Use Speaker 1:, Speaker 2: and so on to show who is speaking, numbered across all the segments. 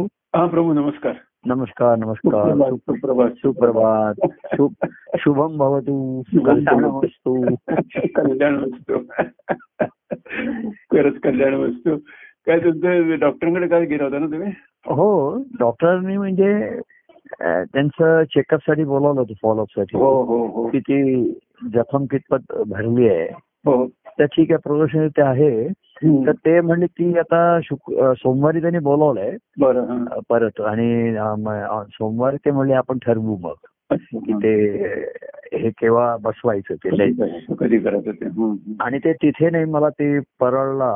Speaker 1: हा प्रभू हाँ, नमस्कार
Speaker 2: नमस्कार नमस्कार
Speaker 1: सुप्रभात सुप्रभात
Speaker 2: सुप्रभात शुभ शुभम भवतु
Speaker 1: शुभम भवतु.
Speaker 2: वस्तू
Speaker 1: कल्याण वस्तू खरंच कल्याण वस्तू काय तुमचं डॉक्टरांकडे काल गेला होता ना तुम्ही
Speaker 2: हो डॉक्टरांनी म्हणजे अं, त्यांचं चेकअप साठी बोलावलं होतं फॉलोअप
Speaker 1: हो
Speaker 2: साठी
Speaker 1: हो हो
Speaker 2: किती जखम कितपत भरली आहे
Speaker 1: हो
Speaker 2: तर ठीक आहे प्रोग्रेशन ते आहे तर
Speaker 1: हम्म.
Speaker 2: ते म्हणले की आता शुक अं, सोमवारी त्यांनी बोलावलंय
Speaker 1: बरं हा.
Speaker 2: अं, परत आणि अं, म- अं, सोमवारी ते म्हणले आपण ठरवू मग की ते अं, हे केव्हा बसवायचं ते लय
Speaker 1: कधी करत होते हम्म, हम्म.
Speaker 2: आणि ते तिथे नाही मला ते परळला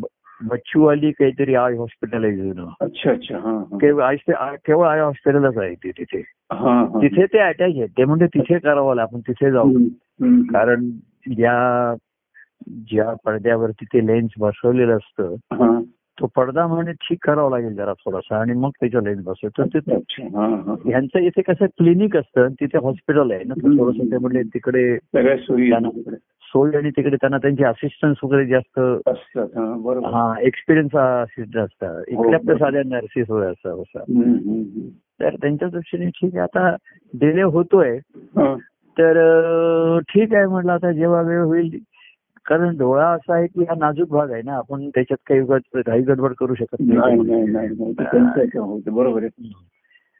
Speaker 2: ब- बच्चू वाली काहीतरी आय हॉस्पिटल आहे जुनं
Speaker 1: अच्छा अच्छा हा हा.
Speaker 2: केवळ आय ते- आय- केवळ आय हॉस्पिटलच आहे ते तिथे
Speaker 1: हा हा.
Speaker 2: तिथे ते अटॅच आहे ते म्हणजे तिथे करावं लागेल आपण तिथे जाऊ
Speaker 1: हम्म, हम्म.
Speaker 2: कारण ज्या ज्या पडद्यावरती ते लेन्स बसवलेलं असतं
Speaker 1: हा.
Speaker 2: तो पडदा म्हणे ठीक करावा लागेल जरा थोडासा आणि मग त्याच्या लेन्स बसवतो तर ते
Speaker 1: अच्छा, हा, हा.
Speaker 2: ह्यांचं इथे कसं क्लिनिक असतं आणि तिथे हॉस्पिटल आहे ना तर
Speaker 1: हम्म.
Speaker 2: थोडंसं ते म्हणजे तिकडे
Speaker 1: सगळ्या सोयी
Speaker 2: त्यांना- सोय आणि तिकडे त्यांना त्यांचे असिस्टन्स वगैरे जास्त
Speaker 1: असतात हा बरोबर
Speaker 2: हा एक्सपिरियन्स सिद्ध असतात इकडे आपल्या
Speaker 1: हो.
Speaker 2: साध्या नर्सेस वगैरे असतात असं.
Speaker 1: हम्म, हम्म, हम्म.
Speaker 2: तर त्यांच्या दृष्टीने ठीक आहे आता डिले होतोय
Speaker 1: हा.
Speaker 2: तर अं, ठीक आहे म्हटलं आता जेव्हा वेळ होईल कारण डोळा असा आहे की हा नाजूक भाग आहे ना आपण त्याच्यात काही गड काही गडबड करू शकत
Speaker 1: नाही
Speaker 2: नाही
Speaker 1: नाही नाही नाही. ते त्यांचं एक होतं, बरोबर आहे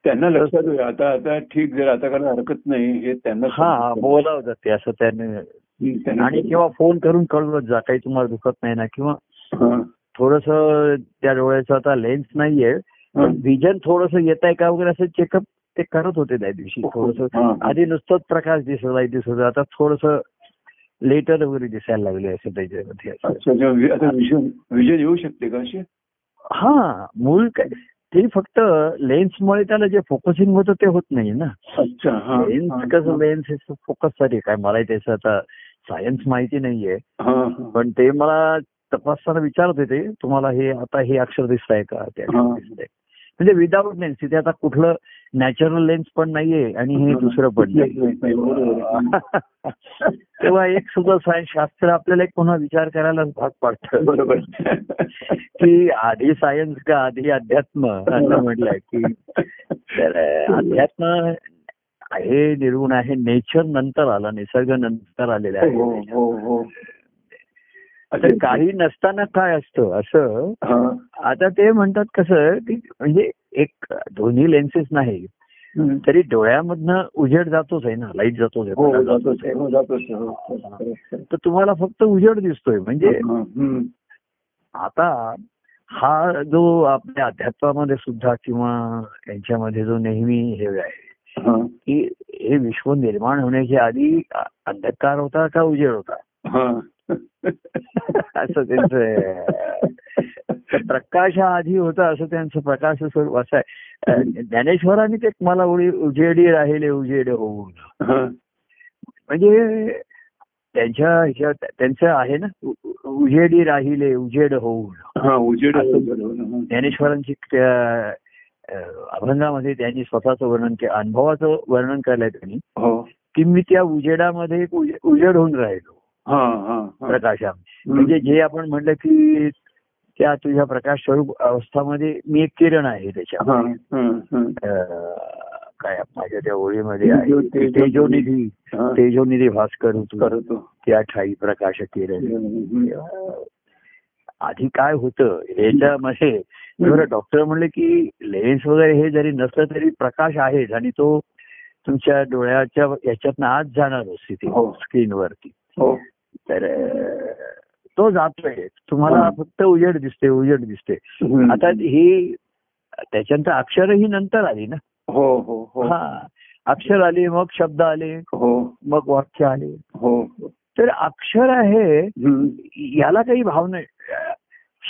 Speaker 1: त्यांना लक्षात होईल आता आता ठीक जर आता करायला हरकत नाही हे त्यांना
Speaker 2: हा
Speaker 1: समजतं.
Speaker 2: बोलावं जाते असं त्याने
Speaker 1: हम्म, त्यांना
Speaker 2: आणि किंवा फोन करून कळवत जा काही तुम्हाला दुखत नाही ना किंवा
Speaker 1: हा,
Speaker 2: थोडस त्या डोळ्याचं आता लेन्स नाहीये
Speaker 1: हा.
Speaker 2: पण विजन थोडस येत आहे का वगैरे असं चेकअप ते करत होते त्या दिवशी
Speaker 1: हो,
Speaker 2: थोडस
Speaker 1: हा, हा.
Speaker 2: आधी नुसतंच प्रकाश दिसत आहे दिसत होता आता थोडस लेटर वगैरे दिसायला लागले असं त्याच्यामध्ये असं.
Speaker 1: अच्छा जेव्हा वि- आता विजन विजन येऊ शकते का अशी
Speaker 2: हा मूल काय ते फक्त लेन्समुळे त्याला जे फोकसिंग होतं ते होत नाही ना
Speaker 1: अच्छा हा, हा,
Speaker 2: लेन्स कसं
Speaker 1: हा.
Speaker 2: लेन्स फोकस साठी काय मला त्याचं आता सायन्स माहिती नाहीये
Speaker 1: हा, हा.
Speaker 2: पण ते मला तपासताना विचारत होते तुम्हाला हे आता हे अक्षर दिसत आहे का ते
Speaker 1: हा.
Speaker 2: अक्षर दिसत आहे म्हणजे विदाऊट लेन्स तिथे आता कुठलं नॅचरल लेन्स पण नाहीये आणि हे दुसरं पण नाही
Speaker 1: नाही, नाही, बरोबर आहे.
Speaker 2: तेव्हा एक सुद्धा सायन्स शास्त्र आपल्याला एक पुन्हा विचार करायला भाग पाडतं
Speaker 1: बरोबर
Speaker 2: की आधी सायन्स का आधी अध्यात्म असं म्हटलंय की तर अध्यात्म हे निर्गुण आहे नेचर नंतर आला निसर्ग नंतर आलेला
Speaker 1: हो
Speaker 2: आहे
Speaker 1: हो हो
Speaker 2: तर काही नसताना काय असतं असं
Speaker 1: हा,
Speaker 2: आता ते म्हणतात कसं की म्हणजे एक दोन्ही लेन्सेस नाही
Speaker 1: हम्म.
Speaker 2: तरी डोळ्यामधनं उजेड जातोच आहे ना लाईट जातोच आहे,
Speaker 1: हो
Speaker 2: प्रकाश
Speaker 1: जातोच
Speaker 2: जातोच आहे
Speaker 1: हो जातोच हो, खरं, खरं.
Speaker 2: तर तुम्हाला फक्त उजेड दिसतोय म्हणजे
Speaker 1: हा, हम्म.
Speaker 2: आता हा जो आपल्या अध्यात्मामध्ये सुद्धा किंवा यांच्यामध्ये जो नेहमी हे आहे
Speaker 1: हा,
Speaker 2: की हे विश्व निर्माण होण्याच्या आधी अ- अंधकार होता का उजेड होता
Speaker 1: हा.
Speaker 2: असं त्यांचं आहे. तर प्रकाश हा आधी होता असं त्यांचं प्रकाश स्वरूप असं आहे अं, ज्ञानेश्वरांनी ते मला उडी उजेडी राहिले उजेड होऊन
Speaker 1: हा,
Speaker 2: म्हणजे त्यांच्या ह्याच्या- त्यांचं आहे ना उ- उ- उजेडी राहिले उजेड होऊन
Speaker 1: हा, उजेड
Speaker 2: असं
Speaker 1: आहे, बरोबर, हा.
Speaker 2: ज्ञानेश्वरांची त्या, अं, अभंगामध्ये त्यांनी स्वतःचं वर्णन केलं अनुभवाचं वर्णन केलंय त्यांनी
Speaker 1: हो
Speaker 2: की मी त्या उजेडामध्ये एक उजे- उजेड होऊन राहिलो
Speaker 1: हा हा हा.
Speaker 2: प्रकाशा
Speaker 1: हम्म.
Speaker 2: म्हणजे जे आपण म्हणलं की त्या तुझ्या प्रकाश स्वरूप अवस्थामध्ये मी एक किरण आहे त्याच्या
Speaker 1: हा, हा, हा.
Speaker 2: अं, काय माझ्या त्या ओळीमध्ये आहे
Speaker 1: तेजो-
Speaker 2: तेजोनिधी
Speaker 1: हा.
Speaker 2: तेजोनिधी भास्कर होतो
Speaker 1: करतो
Speaker 2: त्या ठाई प्रकाश किरण
Speaker 1: हम्म.
Speaker 2: अं, आधी काय होतं याच्यामध्ये बरं डॉक्टर म्हणले की लेन्स वगैरे हे जरी नसलं तरी प्रकाश आहेच आणि तो तुमच्या डोळ्याच्या याच्यातनं आत जाणारच तिथे
Speaker 1: हो.
Speaker 2: स्क्रीनवरती
Speaker 1: हो
Speaker 2: तर अं, तो जातोय तुम्हाला
Speaker 1: हा.
Speaker 2: फक्त उजेड दिसते उजेड दिसते
Speaker 1: हम्म.
Speaker 2: आता ही त्याच्यानंतर अक्षर ही नंतर आली ना
Speaker 1: हो हो हो
Speaker 2: हा अक्षर आले मग शब्द आले
Speaker 1: हो
Speaker 2: मग वाक्य आले
Speaker 1: हो
Speaker 2: तर अक्षर आहे
Speaker 1: हम्म.
Speaker 2: याला काही भावना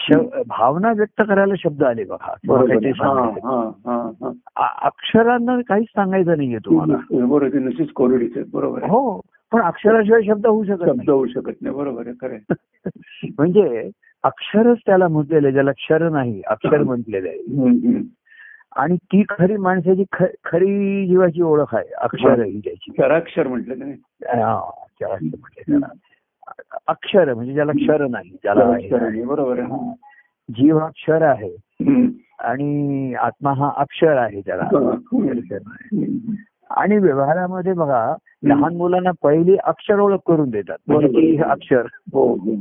Speaker 2: श- भावना व्यक्त करायला शब्द आले बघा किंवा
Speaker 1: बरोबर
Speaker 2: काहीतरी
Speaker 1: आहे. हा
Speaker 2: सांगायचं.
Speaker 1: हा हा हा
Speaker 2: आ- अक्षरांना काहीच सांगायचं नाहीये तुम्हाला
Speaker 1: बरोबर आहे, ते नुसतीच कोरडीच आहे बरोबर आहे.
Speaker 2: हो पण अक्षराशिवाय शब्द होऊ शकत
Speaker 1: शब्द
Speaker 2: नाही
Speaker 1: होऊ शकत नाही बरोबर आहे खरं आहे.
Speaker 2: म्हणजे अक्षरच त्याला म्हटलेलं आहे ज्याला क्षर नाही अक्षर
Speaker 1: हा.
Speaker 2: म्हटलेलं आहे
Speaker 1: हम्म, हम्म.
Speaker 2: आणि ती खरी माणसाची ख- खरी जीवाची ओळख आहे अक्षर ही त्याची
Speaker 1: क्षराक्षर म्हटलं की नाही
Speaker 2: हा, त्याला असं म्हटलंय त्याला. अक्षर म्हणजे ज्याला क्षर नाही त्याला आहे.
Speaker 1: क्षराक्षर आहे, बरोबर आहे.
Speaker 2: जीव हा क्षर आहे
Speaker 1: हम्म.
Speaker 2: आणि आत्मा हा अक्षर आहे त्याला
Speaker 1: हम्म.
Speaker 2: आणि व्यवहारामध्ये बघा लहान मुलांना पहिली अक्षर ओळख करून देतात म्हणजे
Speaker 1: बरोबर.
Speaker 2: ती अक्षर
Speaker 1: हो हो.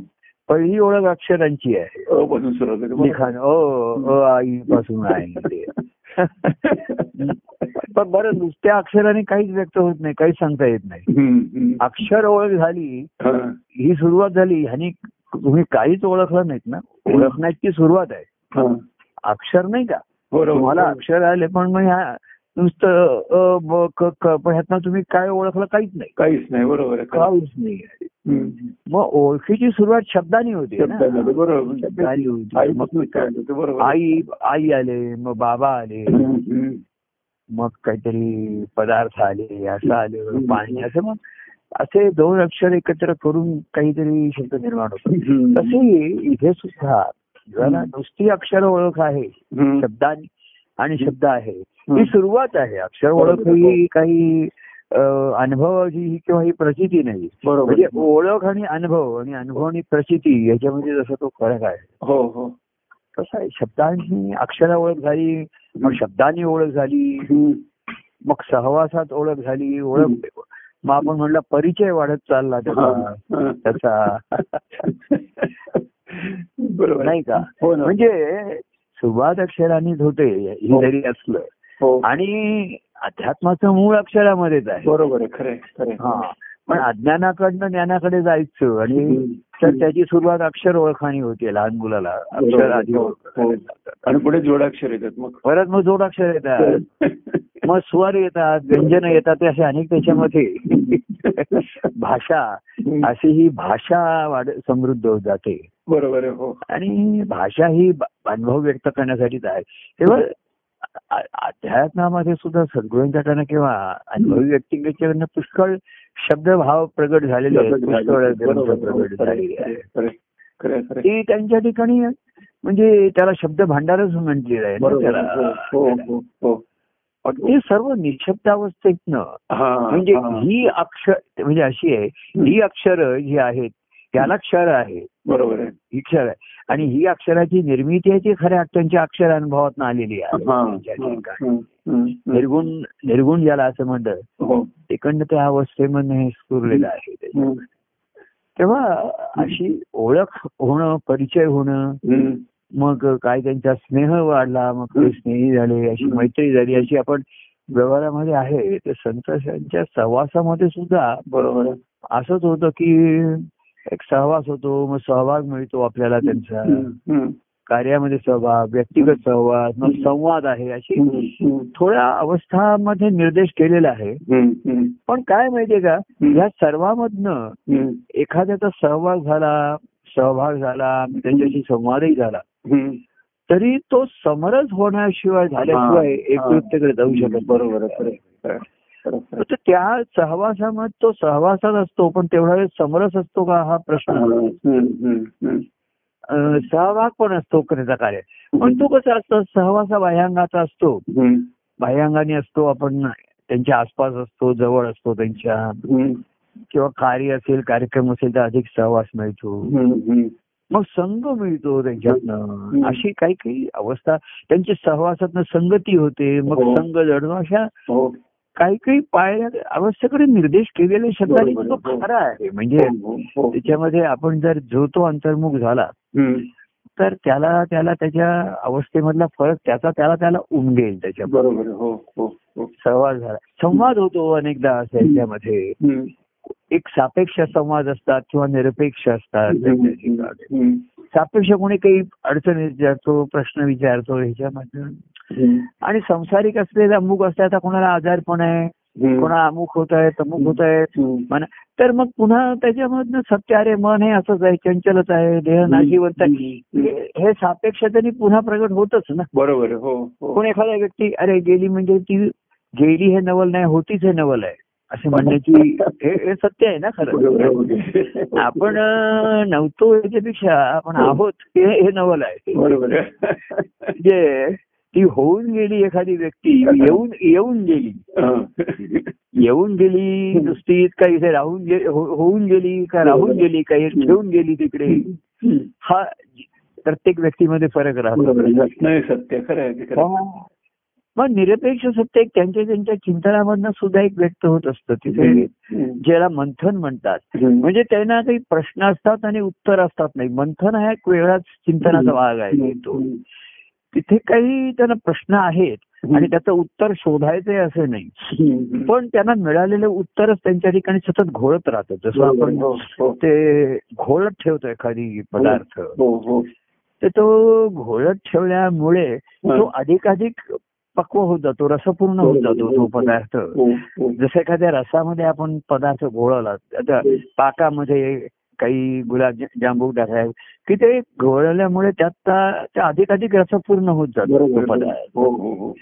Speaker 2: पहिली ओळख अक्षरांची आहे
Speaker 1: अ पासून सुरुवात होते. बरोबर.
Speaker 2: लिखाण ओ अ आई पासून आहे ते. पण बरं नुसत्या अक्षराने काहीच व्यक्त होत नाही काहीच सांगता येत नाही
Speaker 1: हम्म, हम्म.
Speaker 2: अक्षर ओळख झाली
Speaker 1: हा.
Speaker 2: ही सुरुवात झाली ह्यानी तुम्ही काहीच ओळखलं नाहीत ना ओळखण्याची सुरुवात आहे
Speaker 1: हा.
Speaker 2: अक्षर नाही का
Speaker 1: बरोबर.
Speaker 2: तुम्हाला अक्षर आले पण मग ह्या नुसतं अ ब क ख पण ह्यातनं तुम्ही काय ओळखलं काहीच नाही
Speaker 1: काहीच नाही बरोबर आहे.
Speaker 2: काहीच नाही
Speaker 1: हम्म.
Speaker 2: मग ओळखीची सुरुवात शब्दानी होते ना.
Speaker 1: शब्दाला ते बरोबर
Speaker 2: शब्दानी होती मग
Speaker 1: आईपासून सुरुवात होते. बरोबर
Speaker 2: आई आई आले मग बाबा आले
Speaker 1: हम्म, हम्म.
Speaker 2: मग काहीतरी पदार्थ आले असं आले
Speaker 1: हम्म.
Speaker 2: पाणी असं मग असे दोन अक्षर एकत्र करून काहीतरी शब्द निर्माण होतो
Speaker 1: हम्म.
Speaker 2: तसे इथे सुद्धा जरा नुसती अक्षर ओळख आहे
Speaker 1: हम्म.
Speaker 2: शब्दांनी आणि शब्द आहे
Speaker 1: हम्म.
Speaker 2: ही सुरुवात आहे अक्षर ओळख ही काही अ, अनुभवाची ही किंवा ही प्रचिती नाही
Speaker 1: बरोबर.
Speaker 2: म्हणजे ओळख आणि अनुभव आणि अनुभव आणि प्रचिती याच्यामध्ये जसा तो फरक आहे
Speaker 1: हो हो
Speaker 2: तसा आहे शब्दांनी अक्षरा ओळख झाली मग शब्दांनी ओळख झाली
Speaker 1: हम्म.
Speaker 2: मग सहवासात ओळख झाली ओळख मग आपण म्हणलं परिचय वाढत चालला त्याचा
Speaker 1: हा, हा.
Speaker 2: त्याचा
Speaker 1: बरोबर
Speaker 2: नाही का
Speaker 1: हो ना
Speaker 2: म्हणजे सुरुवात अक्षरांनीच होते हे
Speaker 1: हो.
Speaker 2: जरी असलं
Speaker 1: हो
Speaker 2: आणि अध्यात्माचं मूळ अक्षरामध्येच आहे
Speaker 1: बरोबर आहे खरं आहे, खरं आहे.
Speaker 2: हा पण अज्ञानाकडनं ज्ञानाकडे जायचं आणि
Speaker 1: हम्म.
Speaker 2: तर त्याची सुरुवात अक्षर ओळखाणी होते लहान मुलाला अक्षर
Speaker 1: बरोबर.
Speaker 2: आधी
Speaker 1: हो,
Speaker 2: ओळखायला
Speaker 1: हो.
Speaker 2: लागतात.
Speaker 1: आणि पुढे जोडाक्षर येतात मग
Speaker 2: परत मग जोडाक्षर येतात मग स्वर येतात व्यंजन येतात ते असे अनेक त्याच्यामध्ये भाषा अशी ही भाषा वाढ समृद्ध होत जाते
Speaker 1: बरोबर आहे हो
Speaker 2: आणि भाषा ही ब- अनुभव व्यक्त करण्यासाठीच आहे तेव्हा आ- अध्यात्मामध्ये सुद्धा सद्गुरूंच्याकडनं किंवा अनुभवी व्यक्तींच्याकडनं पुष्कळ शब्द भाव प्रगट झालेले आहेत पुष्कळ ग्रंथ प्रगट झालेले आहेत
Speaker 1: खरे
Speaker 2: ते त्यांच्या ठिकाणी म्हणजे त्याला शब्द भांडारच म्हटलेलं आहे ना
Speaker 1: बरोबर आहे.
Speaker 2: त्याला.
Speaker 1: हो हो हो
Speaker 2: पण ते सर्व निशब्दावस्थेतनं
Speaker 1: हा
Speaker 2: म्हणजे
Speaker 1: हा.
Speaker 2: ही अक्षर म्हणजे अशी आहे ही अक्षर जी आहेत त्याला क्षर आहे
Speaker 1: बरोबर आहे
Speaker 2: ही क्षर आहे आणि ही अक्षराची निर्मिती आहे ती खऱ्या अर्थांच्या अक्षर अनुभवातून आलेली आहे
Speaker 1: हा,
Speaker 2: त्यांच्या
Speaker 1: हा,
Speaker 2: ठिकाणी.
Speaker 1: हा, हा.
Speaker 2: निर्गुण निर्गुण ज्याला असं म्हणतं
Speaker 1: हो
Speaker 2: तिकडनं त्या अवस्थेमधनं हे स्फुरलेलं आहे ते.
Speaker 1: हम्म.
Speaker 2: तेव्हा अशी ओळख होणं परिचय होणं
Speaker 1: हम्म.
Speaker 2: मग काय त्यांचा स्नेह वाढला मग ते
Speaker 1: हम्म.
Speaker 2: स्नेही झाले अशी
Speaker 1: हम्म.
Speaker 2: मैत्री झाली अशी आपण व्यवहारामध्ये आहे तर संतांच्या सहवासामध्ये सुद्धा
Speaker 1: बरोबर आहे
Speaker 2: असंच होतं की एक सहवास होतो मग सहभाग मिळतो आपल्याला त्यांचा
Speaker 1: हम्म. हम्म.
Speaker 2: कार्यामध्ये सहभाग व्यक्तिगत सहवास मग
Speaker 1: हम्म.
Speaker 2: संवाद आहे अशी
Speaker 1: हम्म. हम्म.
Speaker 2: थोड्या अवस्थामध्ये निर्देश केलेला आहे
Speaker 1: हम्म. हम्म.
Speaker 2: पण काय माहितीये का या सर्वामधनं
Speaker 1: हम्म.
Speaker 2: एखाद्याचा सहभाग झाला सहभाग झाला त्यांच्याशी संवादही झाला
Speaker 1: हम्म.
Speaker 2: तरी तो समरस होण्याशिवाय झाल्याशिवाय एककृत्यकडे जाऊ शकत
Speaker 1: बरोबर आहे, खरं आहे, खरं आहे, खरं आहे.
Speaker 2: नाही. तर त्या सहवासामध्ये तो सहवासात असतो पण तेवढा वेळ समरस असतो का हा प्रश्न
Speaker 1: हम्म. हम्म. हम्म.
Speaker 2: अं, सहभाग पण असतो त्याचा कार्य पण तो कसा असतो सहवासा बाह्यांगाचा असतो
Speaker 1: हम्म.
Speaker 2: बाह्यांगाने असतो आपण त्यांच्या आसपास असतो जवळ असतो त्यांच्या
Speaker 1: हम्म.
Speaker 2: किंवा कार्य असेल कार्यक्रम असेल तर अधिक सहवास मिळतो
Speaker 1: हम्म. हम्म.
Speaker 2: मग संघ मिळतो त्यांच्यातनं अशी काही काही अवस्था त्यांची सहवासातनं संगती होते मग
Speaker 1: हो.
Speaker 2: संघ जडणं अशा
Speaker 1: हो
Speaker 2: काही काही पायऱ्या अवस्थेकडे निर्देश केलेले शब्दाने
Speaker 1: बरोबर.
Speaker 2: तो
Speaker 1: हो.
Speaker 2: खरा आहे म्हणजे
Speaker 1: हो, हो, हो.
Speaker 2: त्याच्यामध्ये आपण जर जो तो अंतर्मुख झाला
Speaker 1: हम्म.
Speaker 2: तर त्याला त्याला त्याच्या अवस्थेमधला फरक त्याचा त्याला त्याला उमगेल त्याच्या
Speaker 1: बरोबर आहे, हो हो हो
Speaker 2: सहवास झाला संवाद होतो अनेकदा असं याच्यामध्ये
Speaker 1: हम्म.
Speaker 2: एक सापेक्ष संवाद असतात किंवा निरपेक्ष असतात
Speaker 1: हम्म. हम्म.
Speaker 2: सापेक्ष कोणी काही अडचण विचारतो प्रश्न विचारतो ह्याच्यामधून
Speaker 1: हम्म.
Speaker 2: आणि संसारिक असलेले अमुक असते आता कोणाला आजारपण आहे
Speaker 1: हम्म.
Speaker 2: कोणा अमुक होत आहे तमुक होत आहे
Speaker 1: हम्म.
Speaker 2: मन तर मग पुन्हा त्याच्यामधनं सत्य अरे मन हे असंच आहे चंचलच आहे देह नाशिवंत आहे
Speaker 1: हम्म.
Speaker 2: हे- हे सापेक्षतेने पुन्हा प्रगट होतच ना
Speaker 1: बरोबर आहे, हो हो
Speaker 2: कोण एखादा व्यक्ती अरे गेली म्हणजे ती गेली हे नवल नाही होतीच हे नवल आहे असे म्हणण्याची हे हे सत्य आहे ना
Speaker 1: बरोबर
Speaker 2: खरं
Speaker 1: आहे, हो.
Speaker 2: आपण अं, नव्हतो याच्यापेक्षा आपण आहोत हे हे नवल आहे
Speaker 1: बरोबर आहे.
Speaker 2: म्हणजे ती होऊन गेली एखादी व्यक्ती येऊन येऊन गेली
Speaker 1: हा.
Speaker 2: येऊन गेली नुसतीच काही इथे राहून गे- हो- होऊन गेली का राहून गेली काही ठेवून गेली तिकडे
Speaker 1: हम्म.
Speaker 2: हा प्रत्येक व्यक्तीमध्ये फरक राहतो
Speaker 1: बरोबर आहे. रत्न हे सत्य खरं आहे ते खरं आहे.
Speaker 2: हा. मग निरपेक्ष सत्य एक त्यांच्या त्यांच्या चिंतनामधनं सुद्धा एक व्यक्त होत असतं तिथे
Speaker 1: हम्म.
Speaker 2: ज्याला मंथन म्हणतात
Speaker 1: हम्म.
Speaker 2: म्हणजे त्यांना काही प्रश्न असतात आणि उत्तर असतात नाही मंथन हा एक वेगळाच चिंतनाचा भाग आहे तो तिथे काही त्यांना प्रश्न आहेत आणि त्याचं उत्तर शोधायचं आहे असं नाही
Speaker 1: हम्म.
Speaker 2: पण त्यांना मिळालेलं उत्तरच त्यांच्या ठिकाणी सतत घोळत राहतं जसं
Speaker 1: बरोबर.
Speaker 2: आपण
Speaker 1: हो, हो.
Speaker 2: ते घोळत ठेवतो एखादी पदार्थ
Speaker 1: हो, हो.
Speaker 2: तर तो घोळत ठेवल्यामुळे तो अधिकाधिक पक्व होत जातो रसपूर्ण होत जातो तो पदार्थ
Speaker 1: हो, हो.
Speaker 2: जसं एखाद्या रसामध्ये आपण पदार्थ घोळवला आता पाकामध्ये काही गुलाब जांबू टाकाय की ते घोळल्यामुळे त्यात त्या- त्या अधिकाधिक रसपूर्ण होत जातो तो
Speaker 1: बरोबर आहे.
Speaker 2: पदार्थ
Speaker 1: हो, हो, हो.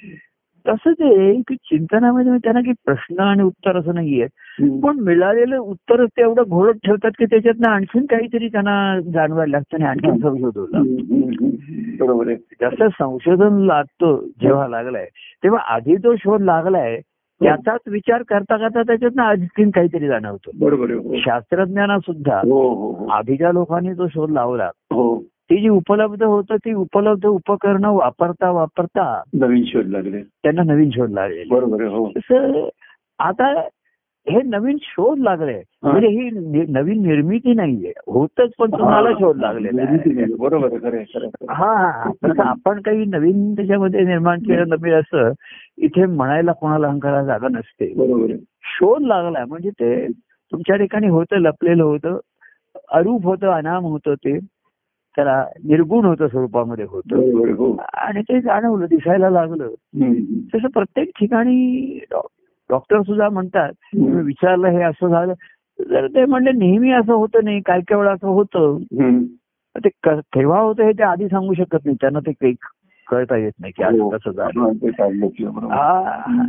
Speaker 2: तसं ते की चिंतनामध्ये म्हणजे त्यांना की प्रश्न आणि उत्तर असं नाहीये
Speaker 1: हम्म.
Speaker 2: पण मिळालेलं उत्तर ते एवढं घोळत ठेवतात की त्याच्यातनं आणखीन काहीतरी त्यांना जाणवायला लागतं आणि आणखीन संशोधन लागतं.
Speaker 1: हम्म, हम्म, हम्म. बरोबर आहे
Speaker 2: जसं संशोधन लागतो जेव्हा लागलाय तेव्हा आधी जो शोध लागलाय त्याचाच विचार करता करता त्याच्यातनं आणखीन काहीतरी जाणवतो
Speaker 1: बरोबर आहे.
Speaker 2: शास्त्रज्ञांना सुद्धा
Speaker 1: हो हो हो
Speaker 2: आधीच्या लोकांनी जो शोध लावला
Speaker 1: हो
Speaker 2: ती जी उपलब्ध होतं ती उपलब्ध उपकरणं वापरता वापरता
Speaker 1: नवीन शोध लागले
Speaker 2: त्यांना नवीन शोध लागले
Speaker 1: बरोबर आहे. हो
Speaker 2: तसं आता हे नवीन शोध लागले म्हणजे ही नि- नवीन निर्मिती नाहीये होतच पण तुम्हाला शोध लागलेला आहे.
Speaker 1: निर्मिती नाही. बरोबर आहे, खरं आहे, खरं आहे.
Speaker 2: हा तसं आपण काही नवीन त्याच्यामध्ये निर्माण केलं नवीन असं इथे म्हणायला कोणाला अहंकाराला जागा नसते
Speaker 1: बरोबर आहे.
Speaker 2: शोध लागला म्हणजे ते तुमच्या ठिकाणी होतं लपलेलं होतं अरूप होतं अनाम होतं ते त्याला निर्गुण होतं स्वरूपामध्ये होतं
Speaker 1: बरोबर आहे, हो
Speaker 2: आणि ते जाणवलं दिसायला लागलं
Speaker 1: हम्म.
Speaker 2: तसं प्रत्येक ठिकाणी डॉ- डॉक्टर सुद्धा म्हणतात तुम्ही
Speaker 1: हम्म.
Speaker 2: विचारलं हे असं झालं तर ते म्हणले नेहमी असं होतं नाही काय काय वेळा असं होतं
Speaker 1: हम्म.
Speaker 2: ते क- केव्हा होतं हे ते आधी सांगू शकत नाही त्यांना ते काही कळता येत नाही की
Speaker 1: हो.
Speaker 2: असं कसं झालं
Speaker 1: हा, ते काढलं की, बरोबर.
Speaker 2: हा.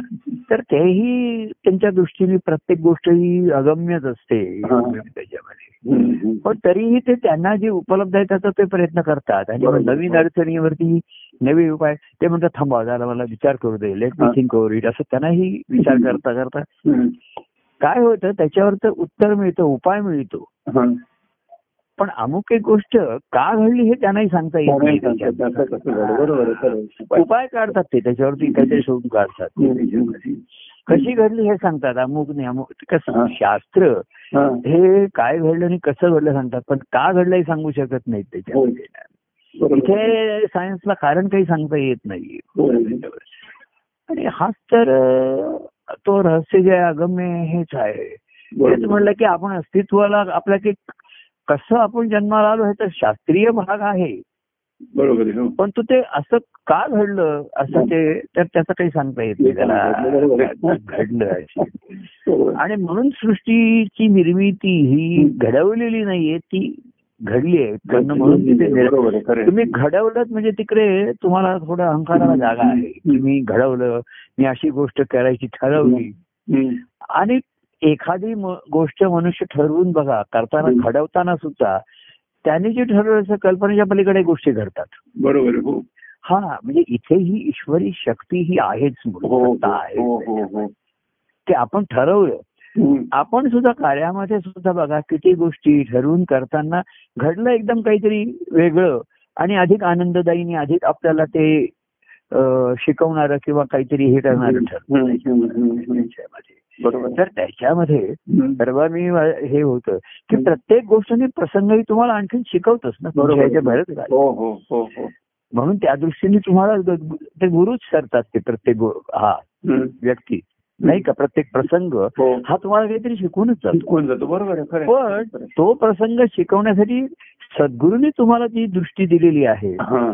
Speaker 2: तर तेही त्यांच्या दृष्टीने प्रत्येक गोष्ट ही अगम्यच असते
Speaker 1: हा.
Speaker 2: त्याच्यामध्ये
Speaker 1: हम्म, हम्म.
Speaker 2: पण तरीही ते त्यांना जे उपलब्ध आहे त्याचा ते प्रयत्न करतात आणि मग
Speaker 1: बरोबर.
Speaker 2: नवीन अडचणीवरती नवे उपाय ते म्हणतात थांबा जरा मला विचार करू दे लेट मी
Speaker 1: हा.
Speaker 2: थिंक ओव्हर इट असं त्यांनाही विचार करता करता
Speaker 1: हम्म.
Speaker 2: काय होतं त्याच्यावर तर उत्तर मिळतं उपाय मिळतो
Speaker 1: हा.
Speaker 2: पण अमुक एक गोष्ट का घडली हे त्यांनाही सांगता येत
Speaker 1: कारण
Speaker 2: नाही
Speaker 1: सांगतात,
Speaker 2: त्याच्यात.
Speaker 1: आता कसं झालं, बरोबर आहे, खरं आहे. उपाय.
Speaker 2: उपाय काढतात ते त्याच्यावरती काहीतरी शोधून काढतात
Speaker 1: हम्म, हम्म.
Speaker 2: कशी घडली हे सांगतात अमुक नाही अमुक कसं
Speaker 1: हा.
Speaker 2: शास्त्र
Speaker 1: हा.
Speaker 2: हे काय घडलं आणि कसं घडलं सांगतात पण का घडलं हे सांगू शकत नाहीत त्याच्यात
Speaker 1: हो, बरोबर आहे.
Speaker 2: इथे सायन्सला कारण काही सांगता येत नाही
Speaker 1: हो, हो.
Speaker 2: आणि हाच तर अं, तो रहस्य जे आहे, अगम्य हेच आहे तेच
Speaker 1: बरोबर.
Speaker 2: म्हणलं की आपण अस्तित्वाला आपल्या की कसं आपण जन्माला आलो हे तर शास्त्रीय भाग आहे
Speaker 1: बरोबर आहे, हो.
Speaker 2: पण तो ते असं का घडलं असं ते तर त्याचं काही सांगता येत नाही त्याला घडलं आहे.
Speaker 1: बरोबर.
Speaker 2: आणि म्हणून सृष्टीची निर्मिती ही घडवलेली नाहीये ती घडली आहे घडणं म्हणून तिथे निर्माण
Speaker 1: बरोबर आहे, खरं आहे.
Speaker 2: तुम्ही घडवलं म्हणजे तिकडे तुम्हाला थोडा अहंकाराला जागा आहे की मी घडवलं मी अशी गोष्ट करायची ठरवली
Speaker 1: हम्म.
Speaker 2: आणि एखादी म- गोष्ट मनुष्य ठरवून बघा करताना
Speaker 1: हम्म.
Speaker 2: घडवताना सुद्धा त्याने जे ठरवलं असं कल्पनेच्या पलीकडे गोष्टी घडतात
Speaker 1: बरोबर आहे, हो
Speaker 2: हा म्हणजे इथे ही ईश्वरी शक्ती ही आहेच
Speaker 1: हो हो,
Speaker 2: मूलभूत
Speaker 1: हो
Speaker 2: आहे
Speaker 1: हो हो
Speaker 2: ते आपण ठरवलं
Speaker 1: हम्म.
Speaker 2: आपण सुद्धा कार्यामध्ये सुद्धा बघा किती गोष्टी ठरवून करताना घडलं एकदम काहीतरी वेगळं आणि अधिक आनंददायी आणि अधिक आपल्याला ते अ, शिकवणारं किंवा काहीतरी हे करणारं ठरलं
Speaker 1: हम्म, हम्म, हम्म, हम्म.
Speaker 2: त्याच्यामध्ये.
Speaker 1: बरोबर आहे.
Speaker 2: तर त्याच्यामध्ये
Speaker 1: हम्म.
Speaker 2: सर्व मी हे होतं की प्रत्येक गोष्टीने प्रसंगही तुम्हाला आणखीन शिकवतच ना
Speaker 1: बरोबर.
Speaker 2: तुमच्या ह्याच्या बाहेरच घाल.
Speaker 1: हो हो हो हो
Speaker 2: म्हणून त्या दृष्टीने तुम्हाला ग- ते गुरुच करतात ते प्रत्येक गो- हा
Speaker 1: हम्म.
Speaker 2: व्यक्ती नाही का प्रत्येक प्रसंग
Speaker 1: हो
Speaker 2: हा तुम्हाला काहीतरी शिकवूनच जातो
Speaker 1: शिकवून जातो बरोबर आहे खरं आहे.
Speaker 2: पण तो प्रसंग शिकवण्यासाठी सद्गुरूने तुम्हाला जी दृष्टी दिलेली आहे
Speaker 1: हा